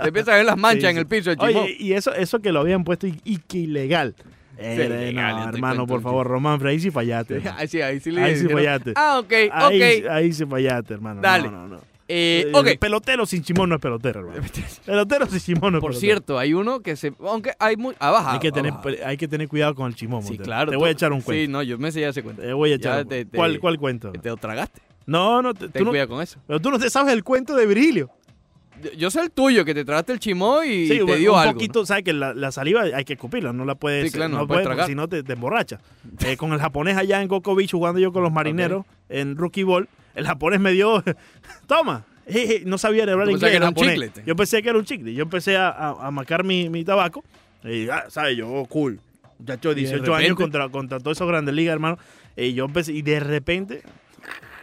Speaker 1: Te empiezas a ver las manchas
Speaker 2: Sí,
Speaker 1: en
Speaker 2: sí.
Speaker 1: el piso de chimó.
Speaker 2: Oye, y eso, eso que lo habían puesto y, y que ilegal. Eh, no,
Speaker 1: ilegal, yo te
Speaker 2: hermano,
Speaker 1: cuento,
Speaker 2: por
Speaker 1: chico.
Speaker 2: favor, Román, pero ahí sí fallaste. hermano.
Speaker 1: Ahí sí, ahí sí le
Speaker 2: Ahí sí
Speaker 1: dijeron,
Speaker 2: fallaste.
Speaker 1: Ah, ok,
Speaker 2: Ahí,
Speaker 1: ok.
Speaker 2: ahí sí fallaste, hermano.
Speaker 1: Dale.
Speaker 2: No, no, no.
Speaker 1: Eh,
Speaker 2: Eh,
Speaker 1: ok.
Speaker 2: Pelotero sin chimón no es pelotero, hermano. Pelotero sin chimón no es
Speaker 1: Por
Speaker 2: pelotero.
Speaker 1: cierto, hay uno que se. Aunque hay muy. ah, Ha bajado.
Speaker 2: hay que,
Speaker 1: ha
Speaker 2: tener,
Speaker 1: bajado.
Speaker 2: hay que tener cuidado con el chimón.
Speaker 1: Sí,
Speaker 2: Montero.
Speaker 1: claro.
Speaker 2: Te
Speaker 1: tú-
Speaker 2: voy a echar un cuento.
Speaker 1: Sí, no, yo me sé ya ese cuento.
Speaker 2: Te voy a echar
Speaker 1: Ya
Speaker 2: un
Speaker 1: te-
Speaker 2: cuento.
Speaker 1: te-
Speaker 2: ¿Cuál, ¿Cuál cuento?
Speaker 1: Te lo tragaste.
Speaker 2: No, no, te-
Speaker 1: Ten
Speaker 2: tú no,
Speaker 1: cuidado con eso.
Speaker 2: pero tú no te sabes el cuento de Virilio.
Speaker 1: Yo- Yo sé el tuyo, que te tragaste el chimó y
Speaker 2: Sí,
Speaker 1: te
Speaker 2: un,
Speaker 1: dio
Speaker 2: un
Speaker 1: algo. ¿no?
Speaker 2: poquito, sabes que la, la saliva hay que escupirla, no la puedes,
Speaker 1: Sí, claro, no
Speaker 2: no,
Speaker 1: la puedes
Speaker 2: puedes, porque
Speaker 1: tragar.
Speaker 2: si no te, te emborrachas. Eh, con el japonés allá en Coco Beach jugando yo con los marineros en rookie ball, el japonés me dio, toma, Eh, eh, no sabía hablar
Speaker 1: Tú
Speaker 2: inglés.
Speaker 1: pensabas que era un
Speaker 2: japonés.
Speaker 1: chicle, te.
Speaker 2: Yo pensé que era un chicle, yo empecé a, a, a macar mi, mi tabaco y, ah, sabes, yo oh, cool, muchacho de
Speaker 1: Y de
Speaker 2: 18 años
Speaker 1: repente-
Speaker 2: contra, contra todos esos grandes ligas, hermano, y yo empecé, y de repente...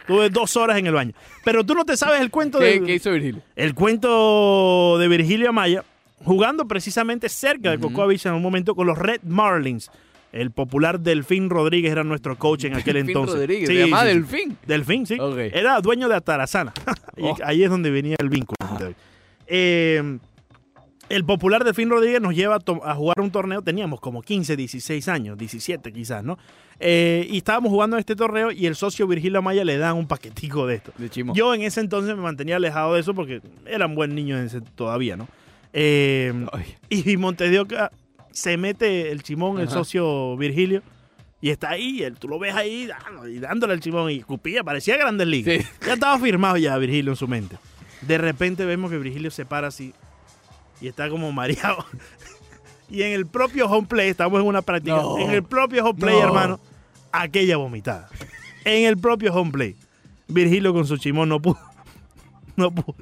Speaker 2: Tuve dos horas en el baño. Pero tú no te sabes el cuento
Speaker 1: ¿Qué,
Speaker 2: de...
Speaker 1: qué hizo Virgilio?
Speaker 2: El cuento de Virgilio Amaya, jugando precisamente cerca de
Speaker 1: Ujú.
Speaker 2: Cocoa Beach en un momento con los Red Marlins. El popular Delfín Rodríguez era nuestro coach en aquel
Speaker 1: Delfín
Speaker 2: entonces.
Speaker 1: Rodríguez,
Speaker 2: Sí,
Speaker 1: se llamaba
Speaker 2: sí, sí.
Speaker 1: Delfín.
Speaker 2: Delfín, sí.
Speaker 1: Ok.
Speaker 2: Era dueño de Atarazana. Y
Speaker 1: Oh.
Speaker 2: Ahí es donde venía el vínculo. Eh, el popular Delfín Rodríguez nos lleva a, to- a jugar un torneo. Teníamos como 15, 16 años, 17 quizás, ¿no? Eh, y estábamos jugando este torneo y el socio Virgilio Amaya le da un paquetico de esto.
Speaker 1: De chimó.
Speaker 2: Yo en ese entonces me mantenía alejado de eso porque era un buen niño en ese- todavía, ¿no? Eh,
Speaker 1: Ay,
Speaker 2: y Montedio se mete el chimón, el
Speaker 1: Ajá.
Speaker 2: socio Virgilio, y está ahí, él- tú lo ves ahí dando- y dándole el chimón y cupía, parecía Grandes Ligas.
Speaker 1: Sí.
Speaker 2: Ya estaba firmado ya Virgilio en su mente. De repente vemos que Virgilio se para así y está como mareado. Y en el propio home play, estamos en una práctica,
Speaker 1: No.
Speaker 2: en el propio home play,
Speaker 1: No.
Speaker 2: hermano, aquella vomitada. En el propio home play. Virgilio con su chimón no pudo. No pudo.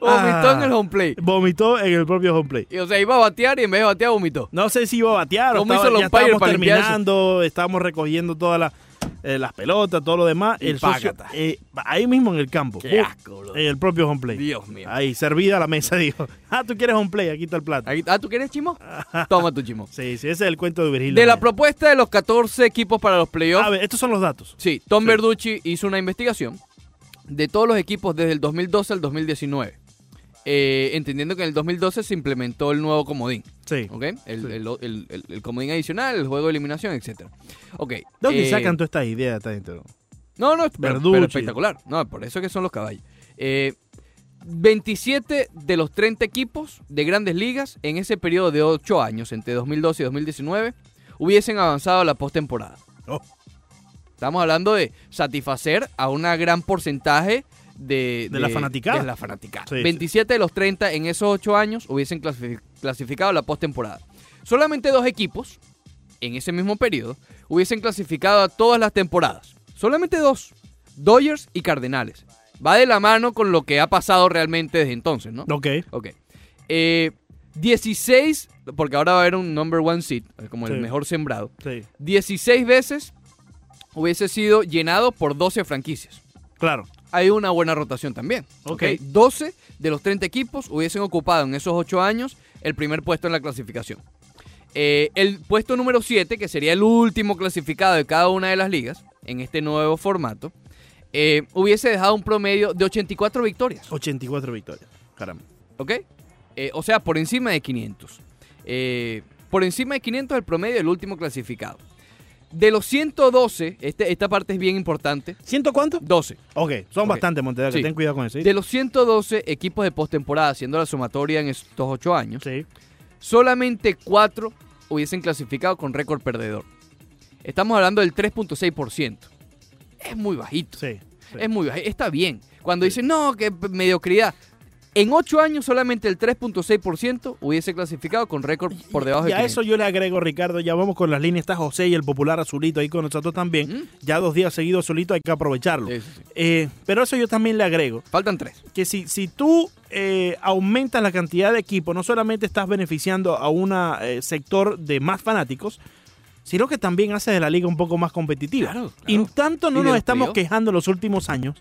Speaker 1: Vomitó
Speaker 2: Ah.
Speaker 1: en el home play.
Speaker 2: Vomitó en el propio home play.
Speaker 1: Y, o sea, iba a batear y en vez de batear vomitó.
Speaker 2: No sé si iba a batear o
Speaker 1: ¿Cómo
Speaker 2: estaba-
Speaker 1: hizo el
Speaker 2: ya
Speaker 1: umpire
Speaker 2: estábamos
Speaker 1: para limpiar eso?
Speaker 2: terminando, estábamos recogiendo todas las, eh, las pelotas, todo lo demás.
Speaker 1: Y
Speaker 2: el socio,
Speaker 1: págata.
Speaker 2: eh, ahí mismo en el campo.
Speaker 1: Qué
Speaker 2: Pum,
Speaker 1: asco, bro.
Speaker 2: En el propio home play.
Speaker 1: Dios mío.
Speaker 2: Ahí, servida la mesa, dijo. Ah, tú quieres home play, aquí está el plato.
Speaker 1: Ahí- ah, ¿tú quieres chimó? Toma tu chimó.
Speaker 2: Sí, sí, ese es el cuento de Virgilio.
Speaker 1: De la
Speaker 2: Maya.
Speaker 1: propuesta de los 14 equipos para los playoffs,
Speaker 2: A ver, estos son los datos.
Speaker 1: Sí, Tom
Speaker 2: Sí.
Speaker 1: Verducci hizo una investigación de todos los equipos desde el 2012 al 2019. Eh, entendiendo que en el 2012 se implementó el nuevo comodín,
Speaker 2: Sí.
Speaker 1: ¿ok? El,
Speaker 2: Sí.
Speaker 1: el- el- el- el comodín adicional, el juego de eliminación, etc. Ok.
Speaker 2: ¿De dónde
Speaker 1: eh,
Speaker 2: sacan todas estas ideas? esta gente?
Speaker 1: No, no, pero, pero
Speaker 2: Verducci?
Speaker 1: espectacular. No, por eso que son los caballos. Eh, 27 de los 30 equipos de grandes ligas en ese periodo de 8 años, entre 2012 y 2019, hubiesen avanzado a la postemporada.
Speaker 2: Oh.
Speaker 1: Estamos hablando de satisfacer a un gran porcentaje de,
Speaker 2: De la fanaticada.
Speaker 1: de la fanaticada.
Speaker 2: Sí, sí.
Speaker 1: 27 de los 30 en esos 8 años hubiesen clasi- clasificado a la postemporada. Solamente dos equipos en ese mismo periodo hubiesen clasificado a todas las temporadas. Solamente dos, Dodgers y Cardenales. Va de la mano con lo que ha pasado realmente desde entonces, ¿no?
Speaker 2: Ok.
Speaker 1: Ok. Eh, 16, porque ahora va a haber un number one seed, eh, como el
Speaker 2: Sí.
Speaker 1: mejor sembrado.
Speaker 2: Sí.
Speaker 1: 16 veces hubiese sido llenado por 12 franquicias.
Speaker 2: Claro.
Speaker 1: Hay una buena rotación también.
Speaker 2: Ok.
Speaker 1: 12 de los 30 equipos hubiesen ocupado en esos 8 años el primer puesto en la clasificación. Eh, el puesto número 7, que sería el último clasificado de cada una de las ligas en este nuevo formato, eh, hubiese dejado un promedio de 84 victorias.
Speaker 2: 84 victorias. Caramba.
Speaker 1: ¿Ok? Eh, o sea, por encima de 500. Eh, por encima de 500 el promedio del último clasificado. De los 112, este- esta parte es bien importante,
Speaker 2: ¿Ciento cuánto?
Speaker 1: 12.
Speaker 2: Ok, son
Speaker 1: Ok.
Speaker 2: bastante, Montevideo, que
Speaker 1: Sí.
Speaker 2: ten cuidado con eso. ¿sí?
Speaker 1: De los 112 equipos de postemporada, haciendo la sumatoria en estos 8 años,
Speaker 2: Sí.
Speaker 1: solamente 4 hubiesen clasificado con récord perdedor. Estamos hablando del 3.6%. Es muy bajito.
Speaker 2: Sí. sí.
Speaker 1: Es muy bajito. Está bien. Cuando dicen, no, que mediocridad. En ocho años solamente el 3.6% hubiese clasificado con récord por debajo
Speaker 2: y
Speaker 1: de
Speaker 2: a eso
Speaker 1: 500.
Speaker 2: yo le agrego, Ricardo, ya vamos con las líneas, está José y el popular Azulito ahí con nosotros también.
Speaker 1: Mm.
Speaker 2: Ya dos días seguidos Azulito hay que aprovecharlo.
Speaker 1: Sí, sí, sí.
Speaker 2: Eh, pero eso yo también le agrego.
Speaker 1: Faltan tres.
Speaker 2: que si, si tú eh, aumentas la cantidad de equipos, no solamente estás beneficiando a un sector de más fanáticos, sino que también haces de la liga un poco más competitiva.
Speaker 1: Claro, claro.
Speaker 2: Y
Speaker 1: Y
Speaker 2: tanto no
Speaker 1: de
Speaker 2: nos
Speaker 1: los
Speaker 2: estamos
Speaker 1: playoffs.
Speaker 2: quejando en los últimos años,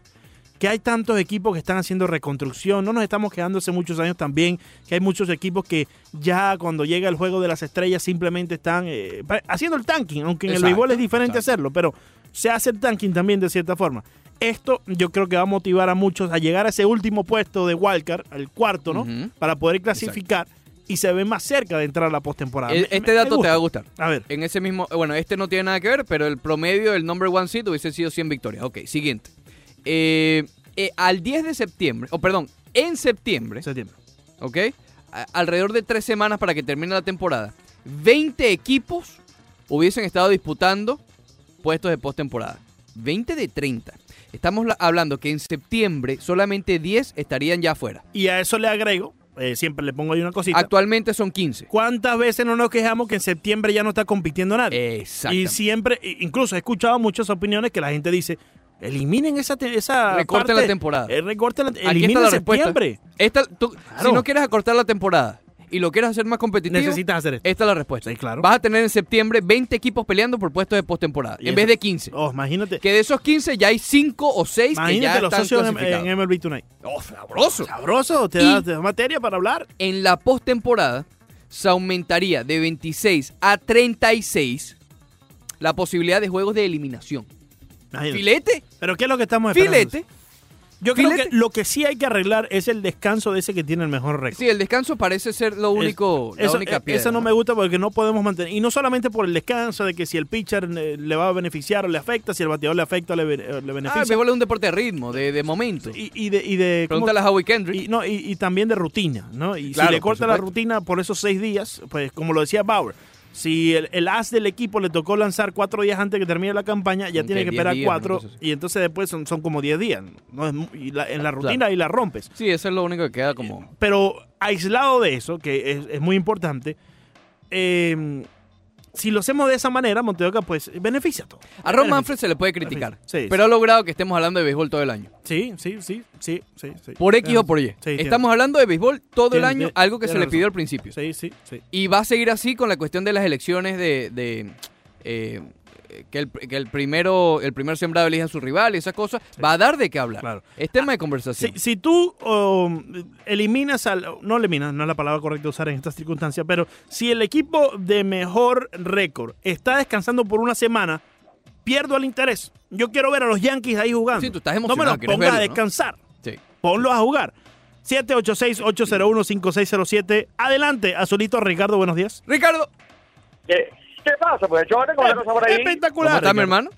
Speaker 2: que hay tantos equipos que están haciendo reconstrucción, no nos estamos quejando hace muchos años también, que hay muchos equipos que ya cuando llega el juego de las estrellas simplemente están eh, pa- haciendo el tanking, aunque en
Speaker 1: Exacto,
Speaker 2: el béisbol es diferente
Speaker 1: exacto.
Speaker 2: hacerlo, pero se hace el tanking también de cierta forma. Esto yo creo que va a motivar a muchos a llegar a ese último puesto de Wildcard, al cuarto, ¿no?
Speaker 1: Ujú.
Speaker 2: Para poder clasificar y se ve más cerca de entrar a la postemporada.
Speaker 1: E-
Speaker 2: Me-
Speaker 1: Este
Speaker 2: me- me
Speaker 1: dato te va a gustar.
Speaker 2: gusta. A ver,
Speaker 1: En ese mismo, bueno, este no tiene nada que ver, pero el promedio del number one seed hubiese sido 100 victorias. Ok, siguiente. Eh, eh, al 10 de septiembre, o perdón, en septiembre,
Speaker 2: septiembre.
Speaker 1: ¿ok? A- alrededor de tres semanas para que termine la temporada, 20 equipos hubiesen estado disputando puestos de postemporada. 20 de 30. Estamos la- hablando que en septiembre solamente 10 estarían ya afuera.
Speaker 2: Y a eso le agrego, eh, siempre le pongo ahí una cosita.
Speaker 1: Actualmente son 15.
Speaker 2: ¿Cuántas veces no nos quejamos que en septiembre ya no está compitiendo nadie?
Speaker 1: Exacto.
Speaker 2: Y siempre, e- incluso he escuchado muchas opiniones que la gente dice, eliminen esa... te- esa
Speaker 1: Recorten
Speaker 2: parte,
Speaker 1: la temporada.
Speaker 2: eh, recorten la-
Speaker 1: Aquí está
Speaker 2: eliminen
Speaker 1: la respuesta.
Speaker 2: septiembre.
Speaker 1: Esta- tú-
Speaker 2: Claro.
Speaker 1: Si no quieres acortar la temporada y lo quieres hacer más competitivo,
Speaker 2: Necesitas hacer esto.
Speaker 1: esta es la respuesta.
Speaker 2: Sí, claro.
Speaker 1: Vas a tener en septiembre 20 equipos peleando por puestos de postemporada,
Speaker 2: Y
Speaker 1: en
Speaker 2: eso-
Speaker 1: vez de 15.
Speaker 2: Oh, imagínate.
Speaker 1: Que de esos 15 ya hay 5 o 6 que ya
Speaker 2: Imagínate los
Speaker 1: están
Speaker 2: socios en,
Speaker 1: clasificados.
Speaker 2: en MLB Tonight.
Speaker 1: Oh, sabroso.
Speaker 2: Sabroso, te
Speaker 1: Y-
Speaker 2: da, te da materia para hablar.
Speaker 1: En la postemporada se aumentaría de 26 a 36 la posibilidad de juegos de eliminación.
Speaker 2: Imagínate.
Speaker 1: Filete,
Speaker 2: Pero ¿qué es lo que estamos esperando?
Speaker 1: filete.
Speaker 2: Yo creo
Speaker 1: filete.
Speaker 2: que lo que sí hay que arreglar es el descanso de ese que tiene el mejor récord.
Speaker 1: Sí, el descanso parece ser lo único, la
Speaker 2: Eso,
Speaker 1: única
Speaker 2: eh,
Speaker 1: piedra.
Speaker 2: eso no me gusta porque no podemos mantener. Y no solamente por el descanso de que si el pitcher eh, le va a beneficiar o le afecta, si el bateador le afecta o le, be- eh, le
Speaker 1: Ah, el
Speaker 2: beneficia.
Speaker 1: béisbol es un deporte de ritmo, de, de momento.
Speaker 2: y, y de. Y de ¿cómo?
Speaker 1: Pregúntale a Howie Kendrick.
Speaker 2: y, no, y, y también de rutina, ¿no? Y
Speaker 1: Claro,
Speaker 2: si le
Speaker 1: por
Speaker 2: corta la
Speaker 1: supuesto.
Speaker 2: rutina por esos seis días, pues como lo decía Bauer, si el, el as del equipo le tocó lanzar cuatro días antes de que termine la campaña, ya
Speaker 1: Ok,
Speaker 2: tiene que
Speaker 1: diez
Speaker 2: esperar
Speaker 1: días, una
Speaker 2: cuatro
Speaker 1: cosa así.
Speaker 2: y entonces después son, son como diez días. ¿no? Es mu- y la- en la rutina y la rompes.
Speaker 1: Sí, eso es lo único que queda como.
Speaker 2: Pero aislado de eso, que es, es muy importante, eh, si lo hacemos de esa manera, Monteoca, pues beneficia todo.
Speaker 1: A Ron
Speaker 2: Beneficia.
Speaker 1: Manfred se le puede criticar,
Speaker 2: Sí, sí.
Speaker 1: pero ha logrado que estemos hablando de béisbol todo el año.
Speaker 2: Sí, sí, sí, sí, sí. sí.
Speaker 1: Por X o por Y.
Speaker 2: Sí, tiene-
Speaker 1: estamos hablando de béisbol todo el
Speaker 2: tiene-
Speaker 1: año,
Speaker 2: tiene-
Speaker 1: algo que
Speaker 2: tiene
Speaker 1: se le
Speaker 2: razón.
Speaker 1: pidió al principio.
Speaker 2: Sí, sí, sí.
Speaker 1: Y va a seguir así con la cuestión de las elecciones de. de, eh, que el, que el primero el primer sembrado elija a su rival y esas cosas, va a dar de qué hablar.
Speaker 2: Claro.
Speaker 1: Es tema de conversación.
Speaker 2: Si, si tú um, eliminas al. No eliminas, no es la palabra correcta usar en estas circunstancias, pero si el equipo de mejor récord está descansando por una semana, pierdo el interés. Yo quiero ver a los Yankees ahí jugando.
Speaker 1: Sí, tú estás
Speaker 2: no me
Speaker 1: emocionado,
Speaker 2: los
Speaker 1: quieres
Speaker 2: pongas a
Speaker 1: verlo, ¿no?
Speaker 2: descansar.
Speaker 1: Sí.
Speaker 2: Ponlos a jugar. 786-801-5607. Adelante, Azulito Ricardo, buenos días.
Speaker 1: Ricardo,
Speaker 3: ¿Qué, qué pasa? Pues yo tengo
Speaker 2: Eh,
Speaker 3: una cosa por ahí.
Speaker 1: ¿cómo
Speaker 2: Espectacular.
Speaker 1: estás, mi
Speaker 2: Ricardo.
Speaker 1: hermano?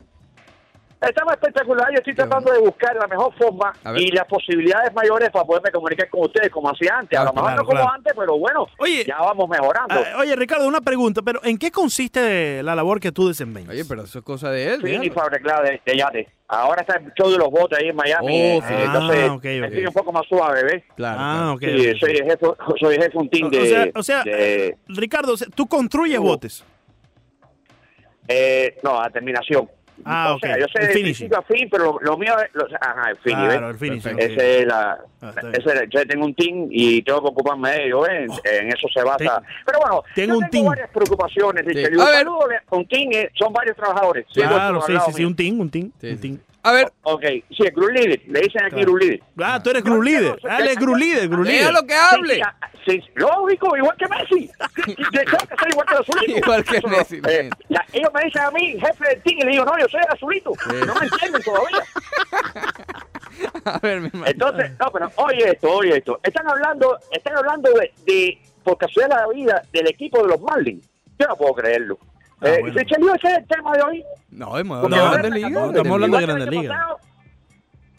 Speaker 3: Estamos espectacular. Yo estoy
Speaker 1: Qué
Speaker 3: tratando de buscar la mejor forma
Speaker 1: A ver.
Speaker 3: y las posibilidades mayores para poderme comunicar con ustedes como hacía antes. a
Speaker 2: Claro,
Speaker 3: lo
Speaker 2: Ah,
Speaker 3: mejor
Speaker 2: claro,
Speaker 3: no como
Speaker 2: claro.
Speaker 3: antes, pero bueno,
Speaker 2: Oye.
Speaker 3: ya vamos mejorando.
Speaker 2: Ah, oye, Ricardo, una pregunta, pero ¿en qué consiste la labor que tú desempeñas?
Speaker 1: Oye, pero eso es cosa de él.
Speaker 3: Sí,
Speaker 1: déjalo.
Speaker 3: ni Fabre, claro, de, de yate. Ahora está el show de los botes ahí en Miami. eh,
Speaker 1: Oh, sí.
Speaker 3: entonces,
Speaker 2: Ah, ok, ok.
Speaker 3: estoy un poco más suave, ¿ves?
Speaker 1: Claro.
Speaker 2: ah, ok.
Speaker 3: Sí,
Speaker 2: ok.
Speaker 3: soy el jefe, soy el jefe un team
Speaker 2: O-
Speaker 3: de...
Speaker 2: o sea, o sea,
Speaker 3: de-
Speaker 2: Ricardo, o sea, tú construyes
Speaker 3: Uh.
Speaker 2: botes.
Speaker 3: eh, no, a terminación.
Speaker 2: Ah,
Speaker 3: o sea,
Speaker 2: ok.
Speaker 3: yo
Speaker 2: El
Speaker 3: sé de
Speaker 2: finishing.
Speaker 3: principio a fin, pero lo, lo mío es... lo- ajá, el finish, ¿ves?
Speaker 2: Claro, el finish.
Speaker 1: Perfecto.
Speaker 2: ok.
Speaker 3: Ese es la,
Speaker 2: Ah, está bien.
Speaker 3: ese es- yo tengo un team y tengo que ocuparme de ellos, ¿eh? en, en eso se basa.
Speaker 2: Tengo-
Speaker 3: Pero bueno,
Speaker 2: tengo
Speaker 3: yo
Speaker 2: un team.
Speaker 3: varias preocupaciones.
Speaker 1: Sí.
Speaker 3: Richelieu.
Speaker 1: A ver.
Speaker 3: Saludos, le- un team eh, son varios trabajadores.
Speaker 2: Claro,
Speaker 3: Yo
Speaker 2: sí,
Speaker 3: estoy
Speaker 2: sí,
Speaker 3: al
Speaker 2: sí,
Speaker 3: lado
Speaker 2: un team, un team,
Speaker 1: Sí,
Speaker 2: un
Speaker 1: sí,
Speaker 2: team.
Speaker 1: sí. A ver,
Speaker 3: mío. Ok, sí, el group leader, le dicen aquí
Speaker 2: Claro.
Speaker 3: group leader.
Speaker 2: Ah, tú eres group leader. Ah, él es group leader, group leader.
Speaker 1: déjalo que
Speaker 3: Sí,
Speaker 1: hable.
Speaker 3: ah, sí, lógico, igual que Messi. Sí, sí, Tengo que ser igual que el azulito.
Speaker 1: Igual que
Speaker 3: Eso no.
Speaker 1: Messi,
Speaker 3: Eh,
Speaker 1: bien.
Speaker 3: la- ellos me dicen a mí, jefe del team, y le digo, no, yo soy el azulito. No me entienden todavía.
Speaker 1: A ver, mi hermano.
Speaker 3: Entonces, no, pero oye esto, oye esto. Están hablando, están hablando de, de, por casualidad de la vida, del equipo de los Marlins. Yo no puedo creerlo.
Speaker 2: Ah,
Speaker 3: eh,
Speaker 2: bueno.
Speaker 3: Richelieu, ese es el tema de hoy.
Speaker 1: No, hemos
Speaker 3: Porque
Speaker 1: hablado
Speaker 2: No,
Speaker 1: de
Speaker 3: ahora
Speaker 1: Grandes
Speaker 3: se
Speaker 1: Ligas.
Speaker 3: acabó.
Speaker 2: estamos hablando de
Speaker 3: Igual que el
Speaker 2: Grandes
Speaker 3: año
Speaker 2: Ligas.
Speaker 3: pasado,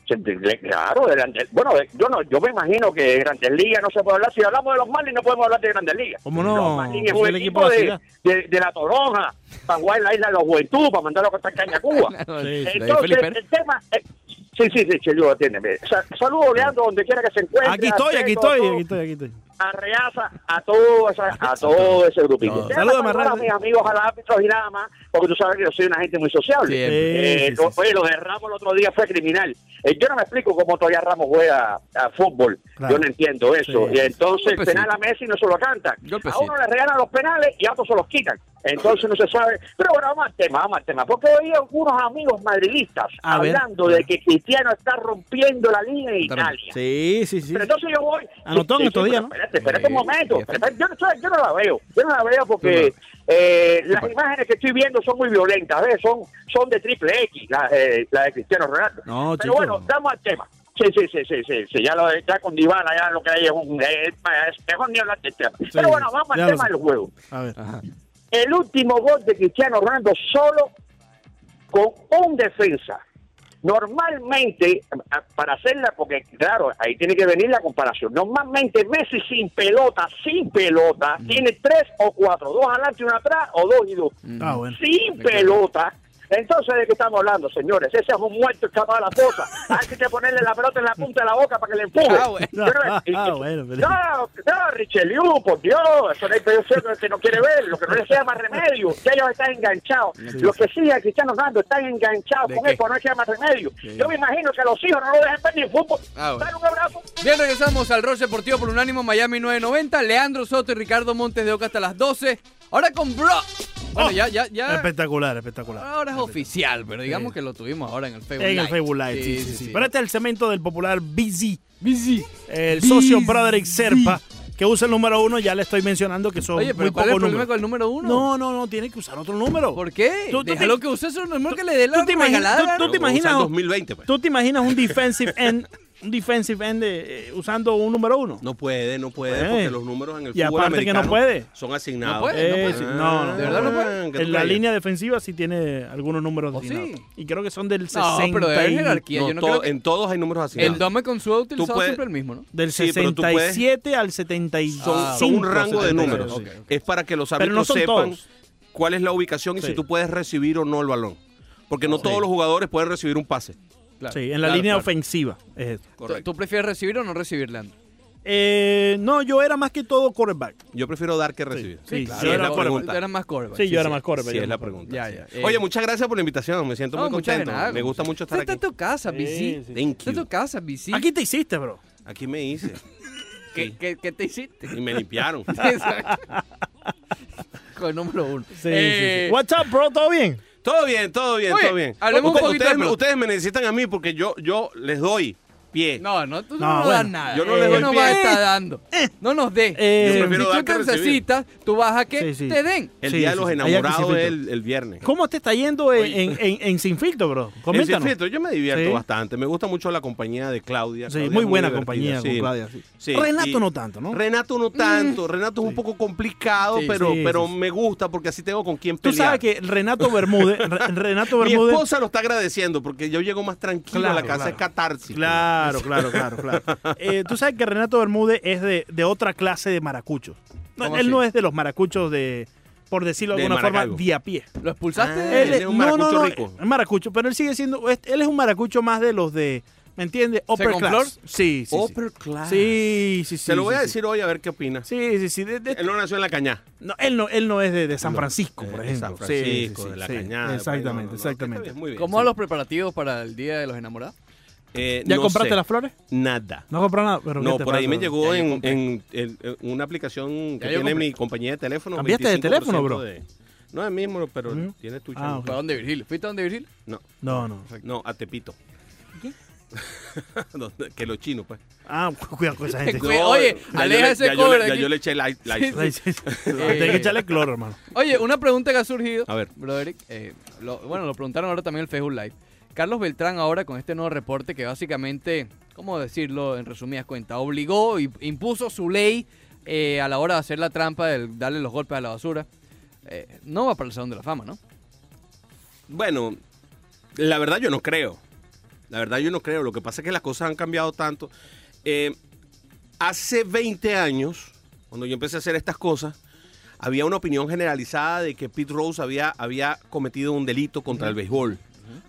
Speaker 3: Se- de- de- Claro, de grandes- bueno, de- yo no, yo me imagino que de Grandes Ligas no se puede hablar. Si hablamos de los Marlins, no podemos hablar de Grandes Ligas.
Speaker 2: ¿Cómo no?
Speaker 3: Los Marlins es
Speaker 2: Son
Speaker 3: un
Speaker 2: el
Speaker 3: equipo
Speaker 2: equipo de la
Speaker 3: de, de- de la Toronja, para jugar en la isla de la Juventud, para mandarlo a Costa Caña a Cuba.
Speaker 1: De ahí
Speaker 3: Entonces,
Speaker 1: Felipe.
Speaker 3: el tema. eh, sí, sí, sí, Chelo, atiéndeme. Sa- Saludos, Leandro, donde quiera que se encuentre.
Speaker 2: Aquí estoy,
Speaker 3: a
Speaker 2: aquí
Speaker 3: Teto, a
Speaker 2: estoy,
Speaker 3: todo-
Speaker 2: aquí estoy, aquí estoy.
Speaker 3: A Reaza, a todo, esa- a todo ese grupito.
Speaker 2: No.
Speaker 3: Déjame
Speaker 2: Saludos,
Speaker 3: saludar
Speaker 2: Marrano.
Speaker 3: a mis amigos, a los árbitros y nada más, porque tú sabes que yo soy una gente muy sociable.
Speaker 1: Sí,
Speaker 2: Sí,
Speaker 3: Eh,
Speaker 2: sí,
Speaker 3: lo-
Speaker 2: sí,
Speaker 3: Oye, lo de Ramos el otro día fue criminal. Eh, yo no me explico cómo todavía Ramos juega a fútbol.
Speaker 2: Claro.
Speaker 3: Yo no entiendo eso.
Speaker 2: Sí.
Speaker 3: Y entonces
Speaker 1: Golpecito.
Speaker 3: penal a Messi no se lo cantan.
Speaker 1: Golpecito.
Speaker 3: A uno le regalan los penales y a otros se los quitan. Entonces no se sabe. Pero bueno, vamos al tema, vamos al tema. Porque oí algunos amigos madridistas
Speaker 2: A ver.
Speaker 3: hablando de que Cristiano está rompiendo la liga en
Speaker 1: Está
Speaker 3: Italia.
Speaker 2: Sí, sí, sí.
Speaker 3: Pero entonces yo voy.
Speaker 2: Anotó en estos
Speaker 3: pero
Speaker 2: días, ¿no?
Speaker 3: Espérate, espérate un
Speaker 1: Sí,
Speaker 3: momento.
Speaker 1: sí,
Speaker 3: Espérate, Yo, no sé, yo no la veo. Yo no la veo porque eh, las imágenes que estoy viendo son muy violentas. ¿ves? Son, son de triple X, las eh, las de Cristiano Ronaldo.
Speaker 2: No,
Speaker 3: Pero
Speaker 2: chico.
Speaker 3: bueno, damos al tema. Sí, sí, sí, sí, sí, sí. Ya, lo, ya con Divana, ya lo que hay es un. eh, es mejor ni hablar del tema. Pero bueno, vamos
Speaker 2: ya
Speaker 3: al
Speaker 2: lo
Speaker 3: tema
Speaker 2: sé.
Speaker 3: del juego.
Speaker 2: A ver. Ah,
Speaker 1: Ajá.
Speaker 3: El último gol de Cristiano Ronaldo solo con un defensa. Normalmente, a- para hacerla, porque claro, ahí tiene que venir la comparación. Normalmente Messi sin pelota, sin pelota, tiene tres o cuatro, dos adelante y uno atrás, o dos y dos.
Speaker 2: Ah, bueno.
Speaker 3: Sin
Speaker 1: Me
Speaker 3: pelota. Entonces, ¿de qué estamos hablando, señores? Ese es un muerto escapado de la cosa. Hay que ponerle la pelota en la punta de la boca para que le empuje.
Speaker 1: Ah, bueno.
Speaker 3: Yo no- y-
Speaker 2: Ah,
Speaker 3: y-
Speaker 2: bueno, pero-
Speaker 3: no, no, Richelieu, por Dios, eso no hay peor ciego que no quiere ver, lo que no le sea más remedio, que ellos están enganchados. Los que siguen a Cristiano Ronaldo están enganchados
Speaker 1: ¿De
Speaker 3: con
Speaker 1: qué?
Speaker 3: él, porque no queda más remedio.
Speaker 1: Sí.
Speaker 3: Yo me imagino que a los hijos no lo dejan ver ni fútbol.
Speaker 1: Ah, bueno.
Speaker 3: Dale un abrazo.
Speaker 1: Bien, regresamos al Roche Deportivo por Unánimo Miami 990. Leandro Soto y Ricardo Montes de Oca hasta las 12. Ahora con Bro. Bueno,
Speaker 2: Oh,
Speaker 1: ya, ya, ya.
Speaker 2: Espectacular, espectacular.
Speaker 1: Ahora es oficial, pero digamos que lo tuvimos ahora en el Facebook.
Speaker 2: En el
Speaker 1: Live.
Speaker 2: Facebook Live, sí, sí, sí. Pero este es el cemento del popular BZ,
Speaker 1: Busy.
Speaker 2: el
Speaker 1: BZ.
Speaker 2: socio Broderick Serpa, que usa el número uno, ya le estoy mencionando que son
Speaker 1: Oye,
Speaker 2: muy
Speaker 1: pero ¿cuál es
Speaker 2: pocos
Speaker 1: el problema
Speaker 2: números.
Speaker 1: con el número uno?
Speaker 2: No, no, no, tiene que usar otro número.
Speaker 1: ¿Por qué?
Speaker 2: Tú- tú te-
Speaker 1: Déjalo que use su número que le dé
Speaker 2: ¿Tú
Speaker 1: la
Speaker 2: te, imaginas,
Speaker 1: regalada
Speaker 2: tú- tú
Speaker 1: gana.
Speaker 2: te imaginas-
Speaker 4: Usar 2020, pues.
Speaker 2: tú te imaginas un defensive end, un defensive end de, eh, usando un número uno?
Speaker 4: No puede, no puede,
Speaker 2: Eh.
Speaker 4: porque los números en el
Speaker 2: Y
Speaker 4: fútbol
Speaker 2: aparte que no
Speaker 4: americano
Speaker 2: puede.
Speaker 4: son asignados.
Speaker 1: No puede,
Speaker 2: Eh, sí, no, no,
Speaker 1: ¿De verdad no puede?
Speaker 4: ¿qué tú
Speaker 2: En la
Speaker 4: crees?
Speaker 2: línea defensiva sí tiene algunos números
Speaker 1: ¿Oh,
Speaker 2: asignados.
Speaker 1: sí?
Speaker 2: Y creo que son del 60
Speaker 1: No, pero debe haber
Speaker 2: y-
Speaker 1: jerarquía.
Speaker 4: No,
Speaker 1: Yo no
Speaker 4: to-
Speaker 1: creo que-
Speaker 4: En todos hay números asignados.
Speaker 1: El Dome con su ha utilizado
Speaker 4: puedes-
Speaker 1: siempre el mismo, ¿no?
Speaker 2: del
Speaker 4: Sí, pero tú
Speaker 2: 67 al 75.
Speaker 4: son, son un rango de
Speaker 2: 76,
Speaker 4: números.
Speaker 2: sí.
Speaker 4: Es para que los
Speaker 2: Pero no
Speaker 4: árbitros
Speaker 2: son
Speaker 4: sepan
Speaker 2: todos.
Speaker 4: cuál es la ubicación y
Speaker 2: Sí.
Speaker 4: si tú puedes recibir o no el balón. Porque no
Speaker 2: Sí.
Speaker 4: todos los jugadores pueden recibir un pase.
Speaker 1: Claro,
Speaker 2: Sí, en la
Speaker 1: claro,
Speaker 2: línea
Speaker 1: claro.
Speaker 2: ofensiva. es esto.
Speaker 1: ¿Tú-
Speaker 4: Correcto.
Speaker 1: ¿Tú prefieres recibir o no recibir, Leandro?
Speaker 2: Eh, no, yo era más que todo quarterback.
Speaker 4: Yo prefiero dar que recibir.
Speaker 2: Sí, claro.
Speaker 4: Si
Speaker 2: Yo
Speaker 4: es
Speaker 2: era
Speaker 4: la
Speaker 2: quarterback.
Speaker 4: pregunta.
Speaker 1: Era más quarterback.
Speaker 2: Sí, yo era
Speaker 4: sí,
Speaker 2: más quarterback.
Speaker 4: sí,
Speaker 2: yo
Speaker 4: es la
Speaker 2: era más quarterback.
Speaker 4: pregunta.
Speaker 1: Ya, ya. Eh,
Speaker 4: Oye, muchas gracias por la invitación. Me siento
Speaker 1: no,
Speaker 4: muy
Speaker 1: muchas de
Speaker 4: contento.
Speaker 1: nada.
Speaker 4: Me gusta mucho estar
Speaker 1: Esta
Speaker 4: aquí.
Speaker 1: es tu casa,
Speaker 2: Sí,
Speaker 1: BC.
Speaker 2: sí.
Speaker 4: Thank
Speaker 1: Esta es tu
Speaker 4: you.
Speaker 1: casa, BC.
Speaker 2: Aquí te hiciste, bro.
Speaker 4: Aquí me hice.
Speaker 1: ¿Qué, qué, qué te hiciste?
Speaker 4: Y me limpiaron.
Speaker 1: Exacto. Con el número uno.
Speaker 2: Sí,
Speaker 1: Eh,
Speaker 2: sí, sí. What's up, bro? ¿Todo bien?
Speaker 4: Todo bien, todo bien,
Speaker 1: Oye,
Speaker 4: todo bien.
Speaker 1: hablemos un
Speaker 4: Usted-
Speaker 1: poquito de
Speaker 4: ustedes,
Speaker 1: pelota.
Speaker 4: ustedes me necesitan a mí porque yo, yo les doy pie.
Speaker 1: No, no, tú no,
Speaker 2: No,
Speaker 1: nos
Speaker 2: bueno,
Speaker 1: das nada.
Speaker 4: yo no
Speaker 1: Eh,
Speaker 4: les doy
Speaker 1: nos
Speaker 4: pie.
Speaker 1: vas a estar dando. No nos des.
Speaker 2: Eh, Yo
Speaker 4: prefiero
Speaker 1: si
Speaker 4: dar
Speaker 1: tú
Speaker 4: que
Speaker 1: te
Speaker 4: recibir.
Speaker 1: necesitas, tú vas a que
Speaker 2: Sí, sí.
Speaker 1: te den.
Speaker 4: El
Speaker 2: Sí,
Speaker 4: día de
Speaker 2: sí,
Speaker 4: los
Speaker 2: sí.
Speaker 4: enamorados
Speaker 2: Allá que
Speaker 4: es
Speaker 2: se filtra.
Speaker 4: el, el viernes.
Speaker 2: ¿Cómo te está yendo en, en- en- en Sin Filtro, bro?
Speaker 4: En
Speaker 2: Coméntanos.
Speaker 4: Cienfuegos, yo me divierto
Speaker 2: Sí.
Speaker 4: bastante. Me gusta mucho la compañía de Claudia.
Speaker 2: Sí,
Speaker 4: Claudia
Speaker 2: muy
Speaker 4: es
Speaker 2: buena
Speaker 4: divertida,
Speaker 2: compañía con
Speaker 4: sí.
Speaker 2: Claudia. sí.
Speaker 4: Sí,
Speaker 2: Renato
Speaker 4: y-
Speaker 2: no tanto, ¿no? Mm.
Speaker 4: Renato no tanto. Renato es un poco complicado,
Speaker 1: Sí,
Speaker 4: pero,
Speaker 2: sí,
Speaker 4: pero
Speaker 2: sí,
Speaker 4: me gusta porque así tengo con quién
Speaker 2: Tú
Speaker 4: pelear.
Speaker 2: sabes que Renato Bermúdez, Re- Renato
Speaker 4: Mi
Speaker 2: Bermúdez
Speaker 4: esposa lo está agradeciendo porque yo llego más tranquilo a la
Speaker 2: Claro,
Speaker 4: casa de
Speaker 2: claro.
Speaker 4: catarsis.
Speaker 2: Claro, claro, claro, claro. Eh, Tú sabes que Renato Bermúdez es de, de otra clase de maracuchos. No,
Speaker 1: ¿Cómo
Speaker 2: él
Speaker 1: así?
Speaker 2: no es de los maracuchos de, por decirlo de
Speaker 4: De
Speaker 2: alguna forma,
Speaker 4: Maracaibo.
Speaker 2: de a pie.
Speaker 1: ¿Lo expulsaste?
Speaker 4: Ah,
Speaker 1: de-
Speaker 4: él es un maracucho rico.
Speaker 2: es maracucho, pero él sigue siendo, es- él es un maracucho más de los de, ¿me entiendes? Upper
Speaker 1: ¿Second
Speaker 2: class.
Speaker 1: floor?
Speaker 2: Sí, sí, sí.
Speaker 4: Upper class.
Speaker 2: Sí, sí, sí.
Speaker 4: Se lo voy
Speaker 2: sí,
Speaker 4: a
Speaker 2: sí.
Speaker 4: decir hoy a ver qué opina.
Speaker 2: Sí, sí, sí. de- de-
Speaker 4: Él no nació en la cañá.
Speaker 2: no, él no, él no es de, de San
Speaker 4: No,
Speaker 2: Francisco,
Speaker 4: eh,
Speaker 2: por
Speaker 4: de
Speaker 2: ejemplo.
Speaker 4: San
Speaker 2: Sí, sí,
Speaker 4: Francisco,
Speaker 2: sí,
Speaker 4: de la
Speaker 2: sí.
Speaker 4: cañada.
Speaker 2: Exactamente,
Speaker 4: No, no, no,
Speaker 2: exactamente.
Speaker 4: está bien, muy bien,
Speaker 1: ¿Cómo
Speaker 4: sí.
Speaker 1: van los preparativos para el Día de los Enamorados?
Speaker 4: Eh,
Speaker 2: ¿Ya
Speaker 4: no
Speaker 2: compraste
Speaker 4: sé,
Speaker 2: las flores?
Speaker 4: Nada.
Speaker 2: No compró nada. Pero
Speaker 4: No,
Speaker 2: ¿qué te
Speaker 4: por ahí
Speaker 2: pasa,
Speaker 4: me
Speaker 2: bro?
Speaker 4: llegó
Speaker 1: Ya yo
Speaker 4: en,
Speaker 1: compré.
Speaker 4: en- en- en una aplicación
Speaker 1: Ya
Speaker 4: que
Speaker 1: yo
Speaker 4: tiene
Speaker 1: compré.
Speaker 4: mi compañía de teléfono.
Speaker 2: ¿Cambiaste de teléfono,
Speaker 4: 25%
Speaker 2: bro?
Speaker 4: de- no es mismo, pero
Speaker 2: ¿Mm?
Speaker 4: tiene tu
Speaker 2: Ah,
Speaker 4: chamba.
Speaker 2: ok.
Speaker 1: ¿Para dónde Virgilio? ¿Fuiste a donde Virgilio?
Speaker 4: No,
Speaker 2: No, no.
Speaker 4: no, a Tepito. ¿Qué? que los chinos, pues.
Speaker 2: Ah, cuidado con esa gente.
Speaker 1: Cuidado. Oye, oye,
Speaker 4: ya yo
Speaker 1: aleja
Speaker 4: le-
Speaker 1: ese
Speaker 4: ya yo le-
Speaker 1: cover de
Speaker 4: Ya
Speaker 1: aquí.
Speaker 4: yo le eché light. light.
Speaker 1: Sí,
Speaker 2: Sí, sí, sí. Tienes que echarle cloro, hermano.
Speaker 1: Oye, una pregunta que ha surgido.
Speaker 4: A ver.
Speaker 1: Broderick, eh, lo- bueno, lo preguntaron ahora también en el Facebook Live. Carlos Beltrán ahora con este nuevo reporte que básicamente, ¿cómo decirlo en resumidas cuentas? Obligó y impuso su ley eh, a la hora de hacer la trampa, de darle los golpes a la basura. Eh, no va para el Salón de la Fama, ¿no?
Speaker 4: Bueno, la verdad yo no creo. La verdad yo no creo. Lo que pasa es que las cosas han cambiado tanto. Eh, hace 20 años, cuando yo empecé a hacer estas cosas, había una opinión generalizada de que Pete Rose había, había cometido un delito contra el béisbol.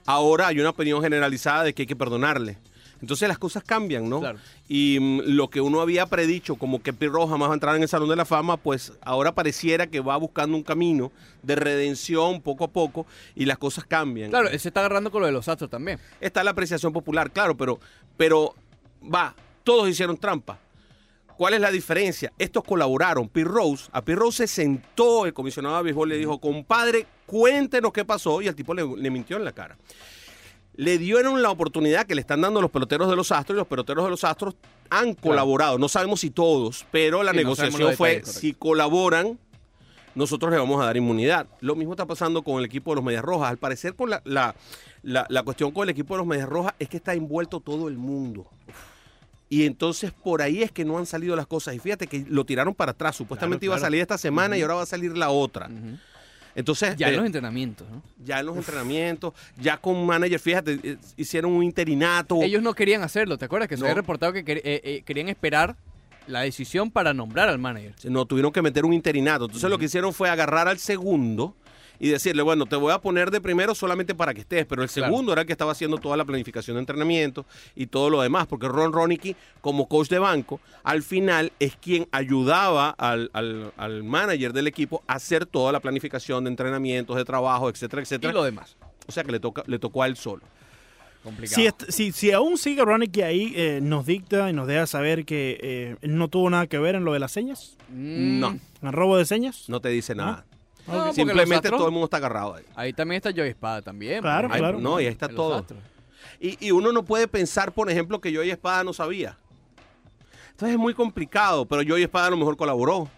Speaker 4: Ahora hay una opinión generalizada de que hay que perdonarle. Entonces las cosas cambian, ¿no?
Speaker 1: Claro.
Speaker 4: Y mm, lo que uno había predicho, como que Pete Rose jamás va a entrar en el Salón de la Fama, pues ahora pareciera que va buscando un camino de redención poco a poco y las cosas cambian
Speaker 1: Claro, él se está agarrando con lo de los astros también.
Speaker 4: está la apreciación popular, claro, pero, pero va, todos hicieron trampa. ¿Cuál es la diferencia? Estos colaboraron. Pete Rose, a Pete Rose se sentó el comisionado de béisbol, le dijo, compadre, cuéntenos qué pasó, y al tipo le, le mintió en la cara. Le dieron la oportunidad que le están dando los peloteros de los Astros, y los peloteros de los Astros han colaborado. No sabemos si todos, pero la
Speaker 1: Sí, no
Speaker 4: negociación
Speaker 1: sabemos los
Speaker 4: fue,
Speaker 1: detalles, correcto.
Speaker 4: si colaboran, nosotros le vamos a dar inmunidad. Lo mismo está pasando con el equipo de los Medias Rojas. Al parecer, con la, la- la- la cuestión con el equipo de los Medias Rojas es que está envuelto todo el mundo. Y entonces por ahí es que no han salido las cosas. Y fíjate que lo tiraron para atrás. Supuestamente
Speaker 2: Claro,
Speaker 4: iba a
Speaker 2: claro.
Speaker 4: salir esta semana y ahora va a salir la otra.
Speaker 1: Ujú.
Speaker 4: Entonces,
Speaker 1: Ya en
Speaker 4: eh,
Speaker 1: los entrenamientos, ¿no?
Speaker 4: ya en los entrenamientos, ya con manager, fíjate, eh, hicieron un interinato.
Speaker 1: Ellos no querían hacerlo, ¿te acuerdas? Que se
Speaker 4: Uh. No.
Speaker 1: había reportado que quer- eh, eh, querían esperar la decisión para nombrar al manager.
Speaker 4: No, tuvieron que meter un interinato. Entonces lo que hicieron fue agarrar al segundo y decirle, bueno, te voy a poner de primero solamente para que estés, pero el
Speaker 1: Claro.
Speaker 4: segundo era el que estaba haciendo toda la planificación de entrenamiento y todo lo demás, porque Ron Ronicky, como coach de banco, al final es quien ayudaba al, al- al manager del equipo a hacer toda la planificación de entrenamientos, de trabajo, etcétera,
Speaker 1: Y
Speaker 4: etcétera.
Speaker 1: lo demás.
Speaker 4: O sea que le, toca, le tocó a él solo.
Speaker 1: Complicado.
Speaker 2: Si, est- si, si aún sigue Ronicky ahí, eh, nos dicta y nos deja saber que eh, él no tuvo nada que ver en lo de las señas,
Speaker 1: Mm,
Speaker 4: No,
Speaker 2: en el robo de señas.
Speaker 4: no te dice nada.
Speaker 1: no, porque los
Speaker 4: Simplemente
Speaker 1: Astros-
Speaker 4: todo el mundo está agarrado ahí.
Speaker 1: Ahí también está Joy Espada también.
Speaker 2: Claro,
Speaker 1: porque-
Speaker 4: Ahí-
Speaker 2: claro.
Speaker 4: No, y ahí está
Speaker 1: de los
Speaker 4: todo.
Speaker 1: Astros.
Speaker 4: Y, y uno no puede pensar, por ejemplo, que yo y Espada no sabía. Entonces es muy complicado, pero yo y Espada a lo mejor colaboró.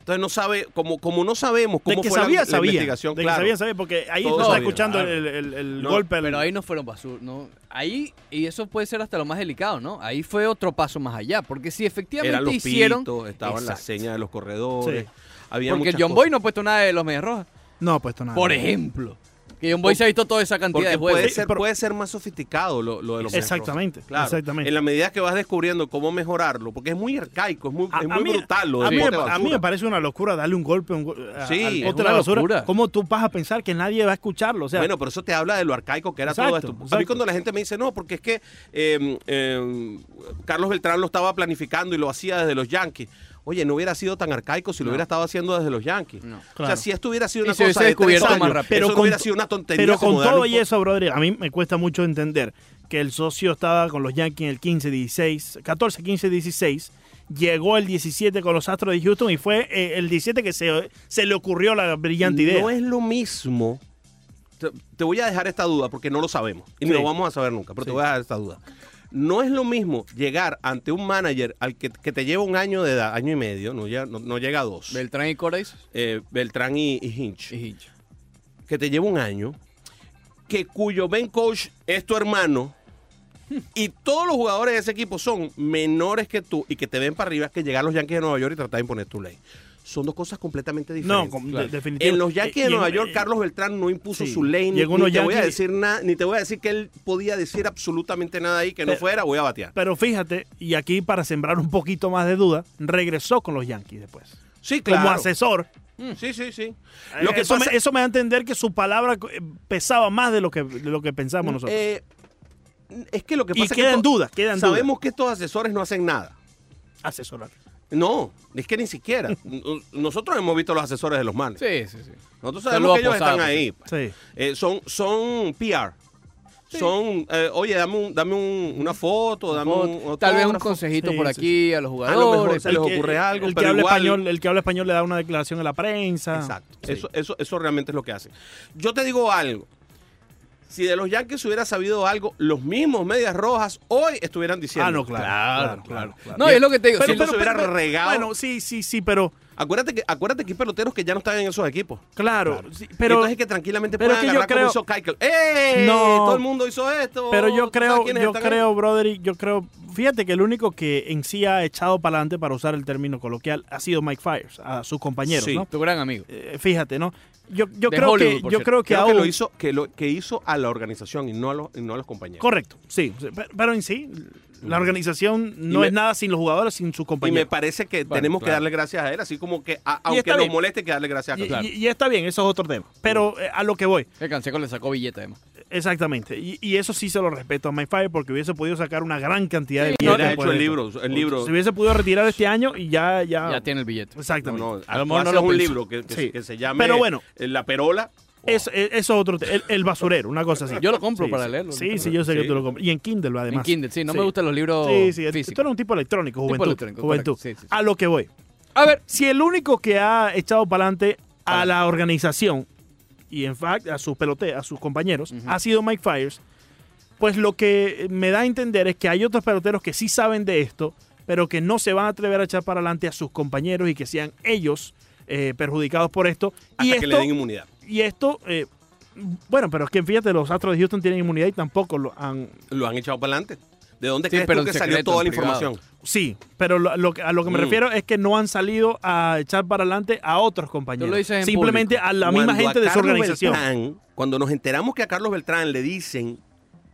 Speaker 4: Entonces no sabe, como, como no sabemos
Speaker 2: De
Speaker 4: cómo
Speaker 2: que
Speaker 4: fue la-
Speaker 2: sabía,
Speaker 4: la,
Speaker 2: sabía.
Speaker 4: investigación,
Speaker 2: de que
Speaker 4: claro.
Speaker 2: sabía, sabía, porque ahí
Speaker 4: Todos
Speaker 2: no está
Speaker 4: sabían.
Speaker 2: escuchando
Speaker 1: Claro.
Speaker 2: el, el- el
Speaker 4: No,
Speaker 2: golpe. al-
Speaker 1: Pero ahí no fueron basura, ¿no? Ahí, y eso puede ser hasta lo más delicado, ¿no? Ahí fue otro paso más allá, porque si efectivamente
Speaker 4: Eran los
Speaker 1: hicieron...
Speaker 4: pitos, estaban las
Speaker 1: Exacto.
Speaker 4: señas de los corredores.
Speaker 2: Sí.
Speaker 4: Había
Speaker 1: Porque
Speaker 4: muchas
Speaker 1: John
Speaker 4: cosas. Ah,
Speaker 1: Boy no ha puesto nada de los Medias Rojas,
Speaker 2: No, pues esto nada.
Speaker 1: por ejemplo. Que John Boy se ha visto toda esa cantidad
Speaker 4: Porque
Speaker 1: de juegos.
Speaker 4: puede
Speaker 2: Sí,
Speaker 4: ser,
Speaker 2: pero-
Speaker 4: puede ser más sofisticado lo, lo de los
Speaker 2: Exactamente,
Speaker 4: Black Roses. Claro.
Speaker 2: exactamente.
Speaker 4: En la medida que vas descubriendo cómo mejorarlo, porque es muy arcaico, es muy,
Speaker 2: A-
Speaker 4: es
Speaker 2: a
Speaker 4: muy
Speaker 2: mí-
Speaker 4: brutal lo de
Speaker 2: a mí, me,
Speaker 4: bote
Speaker 2: pa- a mí
Speaker 4: basura.
Speaker 2: me parece una locura darle un golpe, un go- a-
Speaker 4: Sí,
Speaker 2: al
Speaker 4: es
Speaker 2: bote de
Speaker 1: una
Speaker 2: la basura.
Speaker 1: locura.
Speaker 2: ¿Cómo tú vas a pensar que nadie va a escucharlo? O sea,
Speaker 4: bueno, pero eso te habla de lo arcaico que era todo
Speaker 2: Exacto,
Speaker 4: esto. A mí
Speaker 2: exacto.
Speaker 4: cuando la gente me dice, no, porque es que eh, eh, Carlos Beltrán lo estaba planificando y lo hacía desde los Yankees. Oye, no hubiera sido tan arcaico si lo hubiera estado haciendo desde los Yankees.
Speaker 1: No.
Speaker 4: O sea,
Speaker 2: Claro.
Speaker 4: si esto hubiera sido
Speaker 1: Y
Speaker 4: una
Speaker 1: se
Speaker 4: cosa
Speaker 1: hubiese
Speaker 4: de tres
Speaker 1: descubierto
Speaker 4: años,
Speaker 1: más rápido.
Speaker 4: eso no
Speaker 2: con-
Speaker 4: hubiera sido una tontería.
Speaker 2: Pero
Speaker 4: pues. como
Speaker 2: con
Speaker 4: darle
Speaker 2: todo
Speaker 4: un
Speaker 2: y
Speaker 4: po-
Speaker 2: eso, brother, a mí me cuesta mucho entender que el socio estaba con los Yankees en el 15, 16, 14, 15, 16. Llegó el 17 con los Astros de Houston y fue eh, el 17 que se, se le ocurrió la brillante idea.
Speaker 4: No es lo mismo. Te, te voy a dejar esta duda porque no lo sabemos y no
Speaker 2: Sí.
Speaker 4: lo vamos a saber nunca, pero te voy a dejar esta duda. No es lo mismo llegar ante un manager al que, que te lleva un año de edad, año y medio, no llega, no, no llega a dos.
Speaker 1: Beltrán y Corais
Speaker 4: eh, Beltrán y, y Hinch,
Speaker 1: y Hinch.
Speaker 4: que te lleva un año, que cuyo Ben coach es tu hermano, y todos los jugadores de ese equipo son menores que tú y que te ven para arriba, que llegar a los Yankees de Nueva York y tratar de imponer tu ley. Son dos cosas completamente
Speaker 2: No,
Speaker 4: diferentes.
Speaker 2: con- de-
Speaker 1: claro.
Speaker 2: definitivamente.
Speaker 4: En los Yankees de
Speaker 2: Y- eh, y-
Speaker 4: Nueva York, Carlos Beltrán no impuso
Speaker 2: sí.
Speaker 4: su ley, ni,
Speaker 2: Llegó unos
Speaker 4: ni te voy a
Speaker 2: Yankees-
Speaker 4: decir nada, ni te voy a decir que él podía decir absolutamente nada ahí que no
Speaker 2: Pero-
Speaker 4: fuera, voy a batear.
Speaker 2: Pero fíjate, y aquí para sembrar un poquito más de duda, regresó con los Yankees después.
Speaker 4: Sí, claro. Mm.
Speaker 2: Como asesor.
Speaker 4: Sí, sí, sí.
Speaker 2: Lo que eso, me, eso me da a entender que su palabra eh, pesaba más de lo que, de lo que pensamos nosotros.
Speaker 4: Eh, es que lo que
Speaker 2: Y
Speaker 4: pasa es que
Speaker 2: queda en
Speaker 4: to-
Speaker 2: duda, queda en duda.
Speaker 4: sabemos que estos asesores no hacen nada.
Speaker 2: Asesorar.
Speaker 4: No, es que ni siquiera. Nos- Nosotros hemos visto los asesores de los manes.
Speaker 1: Sí, sí, sí.
Speaker 4: Nosotros
Speaker 1: Saludo a
Speaker 4: sabemos que ellos
Speaker 1: Posada,
Speaker 4: están
Speaker 1: por
Speaker 4: ahí.
Speaker 2: Sí.
Speaker 4: Eh, son, son PR. Son, eh, oye, dame, un- dame un- una foto, dame un
Speaker 1: Tal vez un
Speaker 4: autógrafo.
Speaker 1: consejito
Speaker 2: Sí,
Speaker 1: por
Speaker 2: sí,
Speaker 1: aquí a los
Speaker 4: A lo mejor
Speaker 1: jugadores.
Speaker 4: se les
Speaker 2: El que- eh,
Speaker 4: ocurre algo,
Speaker 2: el que
Speaker 4: pero
Speaker 2: habla
Speaker 4: igual-
Speaker 2: español, el que habla español le da una declaración a la prensa.
Speaker 1: Ah.
Speaker 4: Exacto.
Speaker 2: Sí.
Speaker 4: Eso, eso, eso realmente es lo que hacen. Yo te digo algo. Si de los Yankees hubiera sabido algo, los mismos Medias Rojas hoy estuvieran diciendo.
Speaker 2: Ah, no, claro. Claro, claro.
Speaker 1: No, y es lo que te digo.
Speaker 4: Pero-
Speaker 1: si
Speaker 4: pero-
Speaker 2: pues-
Speaker 1: no-
Speaker 4: se hubiera regado.
Speaker 2: Bueno, sí, sí, sí, pero
Speaker 4: Acuérdate que, acuérdate que hay peloteros que ya no están en esos equipos.
Speaker 2: claro, sí, pero
Speaker 4: Entonces que tranquilamente
Speaker 2: pero
Speaker 4: puedan
Speaker 2: que yo
Speaker 4: agarrar como
Speaker 2: creo-
Speaker 4: hizo Keikel. ¡Eh!
Speaker 2: No.
Speaker 4: Todo el mundo hizo esto.
Speaker 2: pero yo
Speaker 4: ¿Tú sabes
Speaker 2: creo,
Speaker 4: quiénes
Speaker 2: yo
Speaker 4: están ahí?
Speaker 2: creo, Broderick, yo creo, fíjate que el único que en sí ha echado para adelante para usar el término coloquial ha sido Mike Fires, a sus compañeros,
Speaker 4: Sí.
Speaker 2: ¿no?
Speaker 1: Tu gran amigo.
Speaker 2: Eh, fíjate, ¿no? yo, yo
Speaker 1: De
Speaker 2: creo,
Speaker 1: Hollywood,
Speaker 2: que,
Speaker 1: por
Speaker 2: yo
Speaker 1: cierto.
Speaker 2: creo que
Speaker 4: Creo
Speaker 2: aún-
Speaker 4: que lo hizo, que lo que hizo a la organización y no a los, y no a los compañeros.
Speaker 2: Correcto, sí. sí, Pero, pero en sí, la organización no
Speaker 4: Mm. Y me-
Speaker 2: es nada sin los jugadores, sin sus
Speaker 4: y me
Speaker 2: compañeros.
Speaker 4: parece que
Speaker 1: Bueno,
Speaker 4: tenemos que
Speaker 1: claro.
Speaker 4: darle gracias a él, así como que, a-
Speaker 2: Y
Speaker 4: aunque
Speaker 2: está
Speaker 4: nos
Speaker 2: bien.
Speaker 4: moleste, que darle gracias a
Speaker 2: Y,
Speaker 4: Carlos.
Speaker 2: y- y está bien, eso es otro tema. Pero eh, a lo que voy,
Speaker 1: El Canseco le sacó billete, además.
Speaker 2: exactamente. Y, y eso sí se lo respeto a Mindfire porque hubiese podido sacar una gran cantidad de
Speaker 1: Sí,
Speaker 4: No,
Speaker 2: billetes.
Speaker 4: hubiera
Speaker 2: por
Speaker 4: hecho el
Speaker 2: esto.
Speaker 4: libro, el libro.
Speaker 2: Se hubiese podido retirar este año y ya. Ya,
Speaker 1: Ya tiene el billete.
Speaker 4: No,
Speaker 2: Exactamente.
Speaker 4: no,
Speaker 1: A lo mejor
Speaker 4: tú
Speaker 1: no
Speaker 4: haces
Speaker 1: lo
Speaker 4: un
Speaker 1: pensó.
Speaker 4: libro que, que-
Speaker 2: Sí.
Speaker 4: que se llame
Speaker 2: Pero bueno.
Speaker 4: eh, La Perola.
Speaker 2: Eso, e- eso es otro. te- El, el basurero, una cosa así.
Speaker 1: Yo lo compro
Speaker 2: Sí,
Speaker 1: para
Speaker 2: sí.
Speaker 1: leerlo.
Speaker 2: Sí, sí, yo sé que
Speaker 4: Sí.
Speaker 2: tú lo compras. Y en Kindle, además.
Speaker 1: En Kindle, sí, no me gustan los libros
Speaker 2: Sí, sí,
Speaker 1: físicos.
Speaker 2: tú eres un tipo electrónico,
Speaker 1: Tipo
Speaker 2: juventud.
Speaker 1: electrónico,
Speaker 2: juventud.
Speaker 1: correcto, sí, sí, sí.
Speaker 2: A lo que voy.
Speaker 1: A ver,
Speaker 2: Si el único que ha echado para adelante a
Speaker 1: Para.
Speaker 2: la organización y en fact a sus pelote, a sus compañeros,
Speaker 1: Ujú.
Speaker 2: ha sido Mike Fires, pues lo que me da a entender es que hay otros peloteros que sí saben de esto, pero que no se van a atrever a echar para adelante a sus compañeros y que sean ellos eh, perjudicados por esto.
Speaker 4: Hasta
Speaker 2: y
Speaker 4: que
Speaker 2: esto,
Speaker 4: le den inmunidad.
Speaker 2: y esto eh, bueno, pero es que fíjate, los Astros de Houston tienen inmunidad y tampoco lo han...
Speaker 4: Lo han echado para adelante. ¿De dónde
Speaker 1: Sí,
Speaker 4: crees
Speaker 1: pero
Speaker 4: tú
Speaker 1: en
Speaker 4: que salió
Speaker 1: secreto,
Speaker 4: toda la
Speaker 1: en privado.
Speaker 4: información?
Speaker 2: Sí, pero lo- lo que- a lo que me
Speaker 4: Mm.
Speaker 2: refiero es que no han salido a echar para adelante a otros compañeros.
Speaker 1: Tú lo dices en
Speaker 2: Simplemente a la misma
Speaker 4: Cuando a
Speaker 2: gente de su
Speaker 4: Carlos
Speaker 2: organización.
Speaker 4: Beltrán, cuando nos enteramos que a Carlos Beltrán le dicen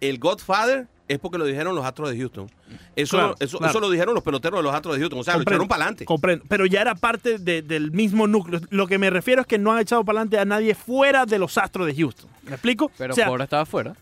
Speaker 4: el Godfather, es porque lo dijeron los Astros de Houston. Eso,
Speaker 2: Claro,
Speaker 4: eso,
Speaker 2: claro.
Speaker 4: eso lo dijeron los peloteros de los Astros de Houston. O sea, lo echaron para adelante.
Speaker 2: comprendo, pero ya era parte de- del mismo núcleo. Lo que me refiero es que no han echado para adelante a nadie fuera de los Astros de Houston. ¿Me explico?
Speaker 1: pero
Speaker 2: O sea,
Speaker 1: Cora estaba afuera.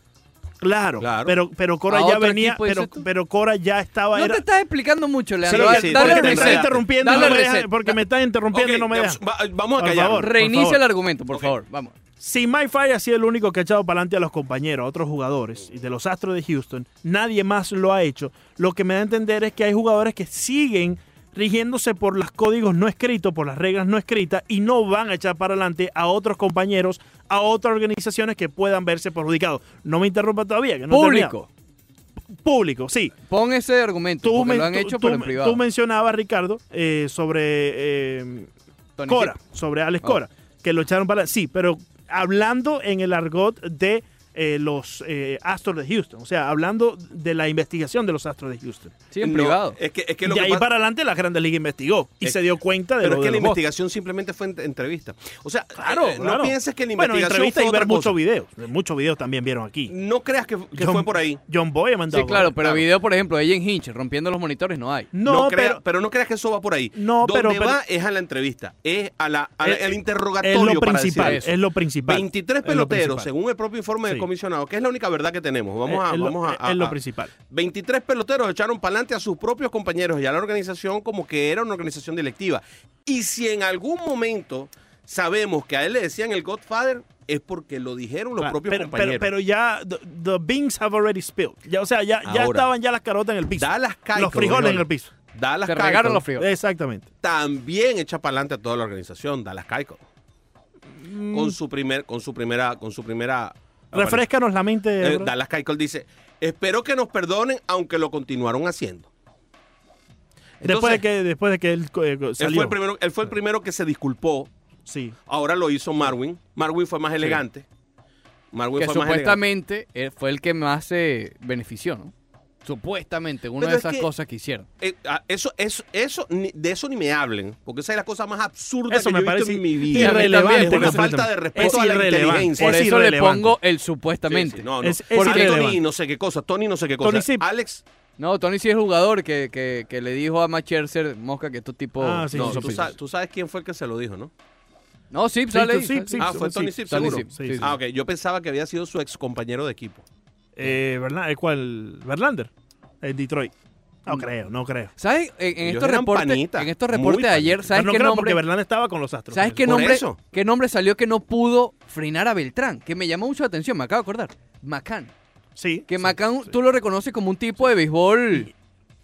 Speaker 2: claro,
Speaker 4: Claro.
Speaker 2: pero pero Cora
Speaker 1: ¿A
Speaker 2: ya
Speaker 1: otro
Speaker 2: venía,
Speaker 1: equipo,
Speaker 2: pero,
Speaker 1: dices tú?
Speaker 2: pero Cora ya estaba
Speaker 1: No
Speaker 2: era-
Speaker 1: te estás explicando mucho, Leandro.
Speaker 4: Sí,
Speaker 1: Ah,
Speaker 4: sí,
Speaker 1: dale
Speaker 2: porque me
Speaker 4: porque
Speaker 1: reset.
Speaker 4: está
Speaker 2: estás interrumpiendo,
Speaker 1: Dale
Speaker 2: no me dejas-
Speaker 1: reset.
Speaker 2: porque me estás interrumpiendo y
Speaker 4: Ok,
Speaker 2: no me dejas.
Speaker 4: va- vamos a
Speaker 2: Por
Speaker 4: callar.
Speaker 2: favor.
Speaker 1: Reinicia
Speaker 2: favor.
Speaker 1: el argumento, por favor. Vamos.
Speaker 2: Si Mike Fire ha sido el único que ha echado para adelante a los compañeros, a otros jugadores y de los Astros de Houston, nadie más lo ha hecho. Lo que me da a entender es que hay jugadores que siguen rigiéndose por los códigos no escritos, por las reglas no escritas y no van a echar para adelante a otros compañeros, a otras organizaciones que puedan verse perjudicados. No me interrumpa todavía. Que no he
Speaker 1: Público.
Speaker 2: terminado. Público, sí.
Speaker 1: Pon ese argumento,
Speaker 2: Tú,
Speaker 1: porque
Speaker 2: men-
Speaker 1: lo han
Speaker 2: tú-
Speaker 1: hecho,
Speaker 2: tú
Speaker 1: pero en
Speaker 2: men-
Speaker 1: privado.
Speaker 2: tú mencionabas, Ricardo, eh, sobre eh,
Speaker 1: Tony
Speaker 2: Cora,
Speaker 1: Chip.
Speaker 2: sobre Alex
Speaker 1: Ah.
Speaker 2: Cora, que lo echaron para... Sí, pero hablando en el argot de eh, los eh, Astros de Houston, o sea, hablando de la investigación de los Astros de Houston.
Speaker 1: Sí, en
Speaker 4: No,
Speaker 1: privado.
Speaker 4: Es que, es que
Speaker 2: de
Speaker 4: lo que
Speaker 2: ahí
Speaker 4: pasa-
Speaker 2: para adelante la Grande Liga investigó y
Speaker 4: Es-
Speaker 2: se dio cuenta de
Speaker 4: Pero
Speaker 2: lo
Speaker 4: es que
Speaker 2: de
Speaker 4: la
Speaker 2: los Boston.
Speaker 4: investigación simplemente fue en- entrevista. O sea,
Speaker 2: Claro,
Speaker 4: eh, no
Speaker 2: claro.
Speaker 4: pienses que la
Speaker 2: Bueno,
Speaker 4: investigación
Speaker 2: entrevista
Speaker 4: fue
Speaker 2: y ver
Speaker 4: otra cosa.
Speaker 2: muchos videos. Muchos videos también vieron aquí.
Speaker 4: No creas que, que
Speaker 2: John-
Speaker 4: fue por ahí.
Speaker 2: John Boy ha mandado.
Speaker 1: Sí, claro, pero
Speaker 4: claro.
Speaker 1: video, por ejemplo, de Jane Hinch rompiendo los monitores no hay.
Speaker 2: No,
Speaker 4: crea-
Speaker 2: pero,
Speaker 4: no creas que eso va por ahí.
Speaker 2: No,
Speaker 4: Donde
Speaker 2: pero-
Speaker 4: va es a la entrevista, es a la, a la-
Speaker 2: Es-
Speaker 4: al
Speaker 2: es
Speaker 4: interrogatorio.
Speaker 2: lo
Speaker 4: para decir
Speaker 2: principal,
Speaker 4: eso.
Speaker 2: es lo principal.
Speaker 4: 23
Speaker 2: es lo
Speaker 4: peloteros,
Speaker 2: principal.
Speaker 4: según el propio informe del
Speaker 2: Sí.
Speaker 4: comisionado, que es la única verdad que tenemos. Vamos
Speaker 2: Es-
Speaker 4: a,
Speaker 2: es lo-
Speaker 4: vamos a- a-
Speaker 2: es lo
Speaker 4: a-
Speaker 2: principal.
Speaker 4: 23 peloteros echaron para adelante a sus propios compañeros y a la organización como que era una organización delictiva. Y si en algún momento sabemos que a él le decían el Godfather, es porque lo dijeron los
Speaker 2: Claro,
Speaker 4: propios
Speaker 2: Ah, pero,
Speaker 4: compañeros.
Speaker 2: pero, pero ya the, the beans have already spilled. Ya, o sea, ya, ya
Speaker 4: Ahora.
Speaker 2: estaban ya las carotas en el piso.
Speaker 4: Dallas Keiko,
Speaker 2: los frijoles en el piso.
Speaker 4: Dallas
Speaker 1: Se
Speaker 4: Keiko
Speaker 1: regaron los fríos.
Speaker 2: Exactamente.
Speaker 4: Ah, también echa para adelante a toda la organización, Dallas Keiko.
Speaker 2: Mm.
Speaker 4: Con su primer, con su primera, con su primera.
Speaker 2: Refrescanos la mente.
Speaker 4: Eh,
Speaker 2: bro.
Speaker 4: Dallas Keuchel dice, espero que nos perdonen, aunque lo continuaron haciendo.
Speaker 2: después, de
Speaker 4: Entonces,
Speaker 2: que, después de que él eh,
Speaker 4: él
Speaker 2: salió.
Speaker 4: fue, el primero, él fue el primero que se disculpó,
Speaker 2: Sí.
Speaker 4: ahora lo hizo Marwin. Marwin fue más elegante. Marwin
Speaker 1: Que
Speaker 4: fue más elegante.
Speaker 1: supuestamente eh, fue el que más se benefició, ¿no? Supuestamente, una
Speaker 4: Pero
Speaker 1: de
Speaker 4: es
Speaker 1: esas
Speaker 4: que-
Speaker 1: cosas que hicieron.
Speaker 4: Eh, ah, eso, eso, eso, ni- de eso ni me hablen, porque esa es la cosa más absurda
Speaker 2: Eso
Speaker 4: que
Speaker 2: me
Speaker 4: yo he visto
Speaker 2: parece
Speaker 4: en mi vida.
Speaker 1: también,
Speaker 2: irrelevante.
Speaker 1: por
Speaker 4: una
Speaker 2: completamente.
Speaker 4: falta de respeto a la inteligencia.
Speaker 1: Por
Speaker 2: es
Speaker 1: eso le
Speaker 2: irrelevante.
Speaker 1: pongo el
Speaker 4: Sí,
Speaker 1: supuestamente.
Speaker 4: sí,
Speaker 1: no.
Speaker 4: no, no.
Speaker 2: Es- es
Speaker 4: Porque Tony
Speaker 2: irrelevante.
Speaker 4: no sé qué cosa, Tony no sé qué cosa.
Speaker 2: Tony sí.
Speaker 4: Alex,
Speaker 1: Tony sí es jugador que, que, que le dijo a Matt Scherzer, Mosca, que estos tipos...
Speaker 2: Ah, sí,
Speaker 1: no,
Speaker 4: no,
Speaker 2: sí,
Speaker 1: son
Speaker 4: tú,
Speaker 2: sí.
Speaker 1: fríos".
Speaker 4: sabes, tú sabes quién fue el que se lo dijo, ¿no?
Speaker 1: No, sí,
Speaker 2: Sí,
Speaker 1: sale
Speaker 2: tú-
Speaker 1: ahí,
Speaker 2: sí,
Speaker 1: sale
Speaker 2: sí,
Speaker 1: ahí.
Speaker 4: Ah, fue
Speaker 2: sí,
Speaker 4: Tony
Speaker 2: sí,
Speaker 4: Sip,
Speaker 1: Tony
Speaker 4: seguro.
Speaker 1: Sip,
Speaker 2: Sí,
Speaker 1: sí,
Speaker 2: sí.
Speaker 1: sí.
Speaker 4: Ah, ok. Yo pensaba que había sido su ex compañero de equipo.
Speaker 2: Eh, ¿verdad? ¿Eh, ¿Cuál? ¿Verlander? En Detroit.
Speaker 1: Mm.
Speaker 2: No creo, no creo.
Speaker 1: ¿Sabes? En, en
Speaker 4: Ellos
Speaker 1: estos
Speaker 4: eran
Speaker 1: reportes,
Speaker 4: panitas,
Speaker 1: en estos
Speaker 4: muy
Speaker 1: reportes de ayer,
Speaker 4: panitas.
Speaker 1: ¿sabes
Speaker 2: Pero no
Speaker 1: qué
Speaker 2: creo
Speaker 1: nombre?
Speaker 2: porque Verlander estaba con los Astros.
Speaker 1: ¿Sabes qué
Speaker 4: Por
Speaker 1: nombre,
Speaker 4: eso.
Speaker 1: qué nombre salió que no pudo frenar a Beltrán? Que me llamó mucho la atención, me acabo de acordar. Macán.
Speaker 2: Sí.
Speaker 1: Que
Speaker 2: sí,
Speaker 1: Macán
Speaker 2: sí.
Speaker 1: tú lo reconoces como un tipo de béisbol.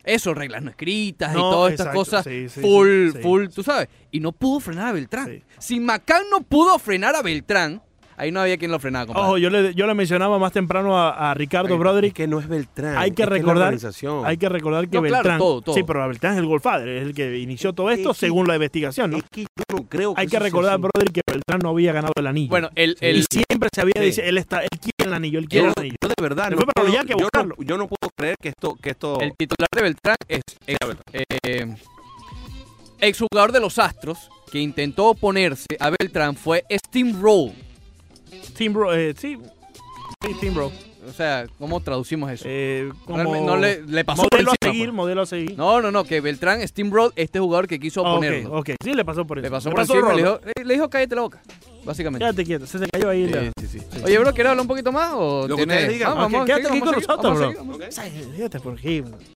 Speaker 1: Eso, reglas no escritas y
Speaker 2: No,
Speaker 1: todas estas
Speaker 2: exacto,
Speaker 1: cosas.
Speaker 2: sí, sí,
Speaker 1: full,
Speaker 2: sí, sí.
Speaker 1: full, tú sabes. Y no pudo frenar a Beltrán.
Speaker 2: Sí.
Speaker 1: Si Macán no pudo frenar a Beltrán, ahí no había quien lo frenaba. compadre.
Speaker 2: Ojo, yo le, yo le mencionaba más temprano a, a Ricardo Broderick
Speaker 4: que no es Beltrán.
Speaker 2: Hay que
Speaker 4: es es la
Speaker 2: recordar-
Speaker 4: organización.
Speaker 2: Hay que recordar que
Speaker 1: No, claro,
Speaker 2: Beltrán.
Speaker 1: todo, todo.
Speaker 2: Sí, pero Beltrán es el golfather, es el que inició todo esto
Speaker 4: Es que-
Speaker 2: según la investigación, ¿no?
Speaker 4: Es que yo no creo
Speaker 2: Hay que
Speaker 4: eso sea
Speaker 2: recordar,
Speaker 4: así.
Speaker 2: brother, que Beltrán no había ganado el anillo.
Speaker 1: Bueno, el,
Speaker 2: y
Speaker 1: el,
Speaker 2: siempre se había
Speaker 4: Sí.
Speaker 2: dicho, él está, él quiere el anillo, él
Speaker 4: Yo,
Speaker 2: quiere el
Speaker 4: no-
Speaker 2: anillo.
Speaker 4: yo de verdad
Speaker 2: Se
Speaker 4: no
Speaker 2: fue para los
Speaker 4: puedo,
Speaker 2: Yankees a
Speaker 4: yo,
Speaker 2: buscarlo.
Speaker 4: no, yo no puedo creer que esto que esto
Speaker 1: el titular de Beltrán es, es, eh, Exjugador de los Astros que intentó oponerse a Beltrán fue Steamroll.
Speaker 2: Team Bro, eh, sí. Sí, Team Bro.
Speaker 1: O sea, ¿cómo traducimos eso?
Speaker 2: Eh, como
Speaker 1: Realmente no le- le pasó por
Speaker 2: modelo a
Speaker 1: encima,
Speaker 2: seguir,
Speaker 1: pues.
Speaker 2: modelo a seguir.
Speaker 1: No, no, no, que Beltrán, Steamroll, este jugador que quiso
Speaker 2: Ah, ok,
Speaker 1: oponerlo.
Speaker 2: ok, sí, le pasó por eso.
Speaker 1: Le pasó por encima y le dijo, le- le dijo cállate la boca, básicamente.
Speaker 2: Quédate quieto, se te cayó ahí. la-
Speaker 1: Sí, Oye, bro, ¿quieres hablar un poquito más? O
Speaker 4: Lo que
Speaker 1: tienes-
Speaker 4: ustedes digan.
Speaker 1: Vamos,
Speaker 2: Ok,
Speaker 1: vamos,
Speaker 2: quédate
Speaker 1: sí,
Speaker 2: aquí
Speaker 1: vamos
Speaker 2: con
Speaker 1: a seguir,
Speaker 2: nosotros,
Speaker 1: vamos a
Speaker 2: bro.
Speaker 1: seguir, vamos a seguir.
Speaker 2: Ay, Quédate por aquí. bro.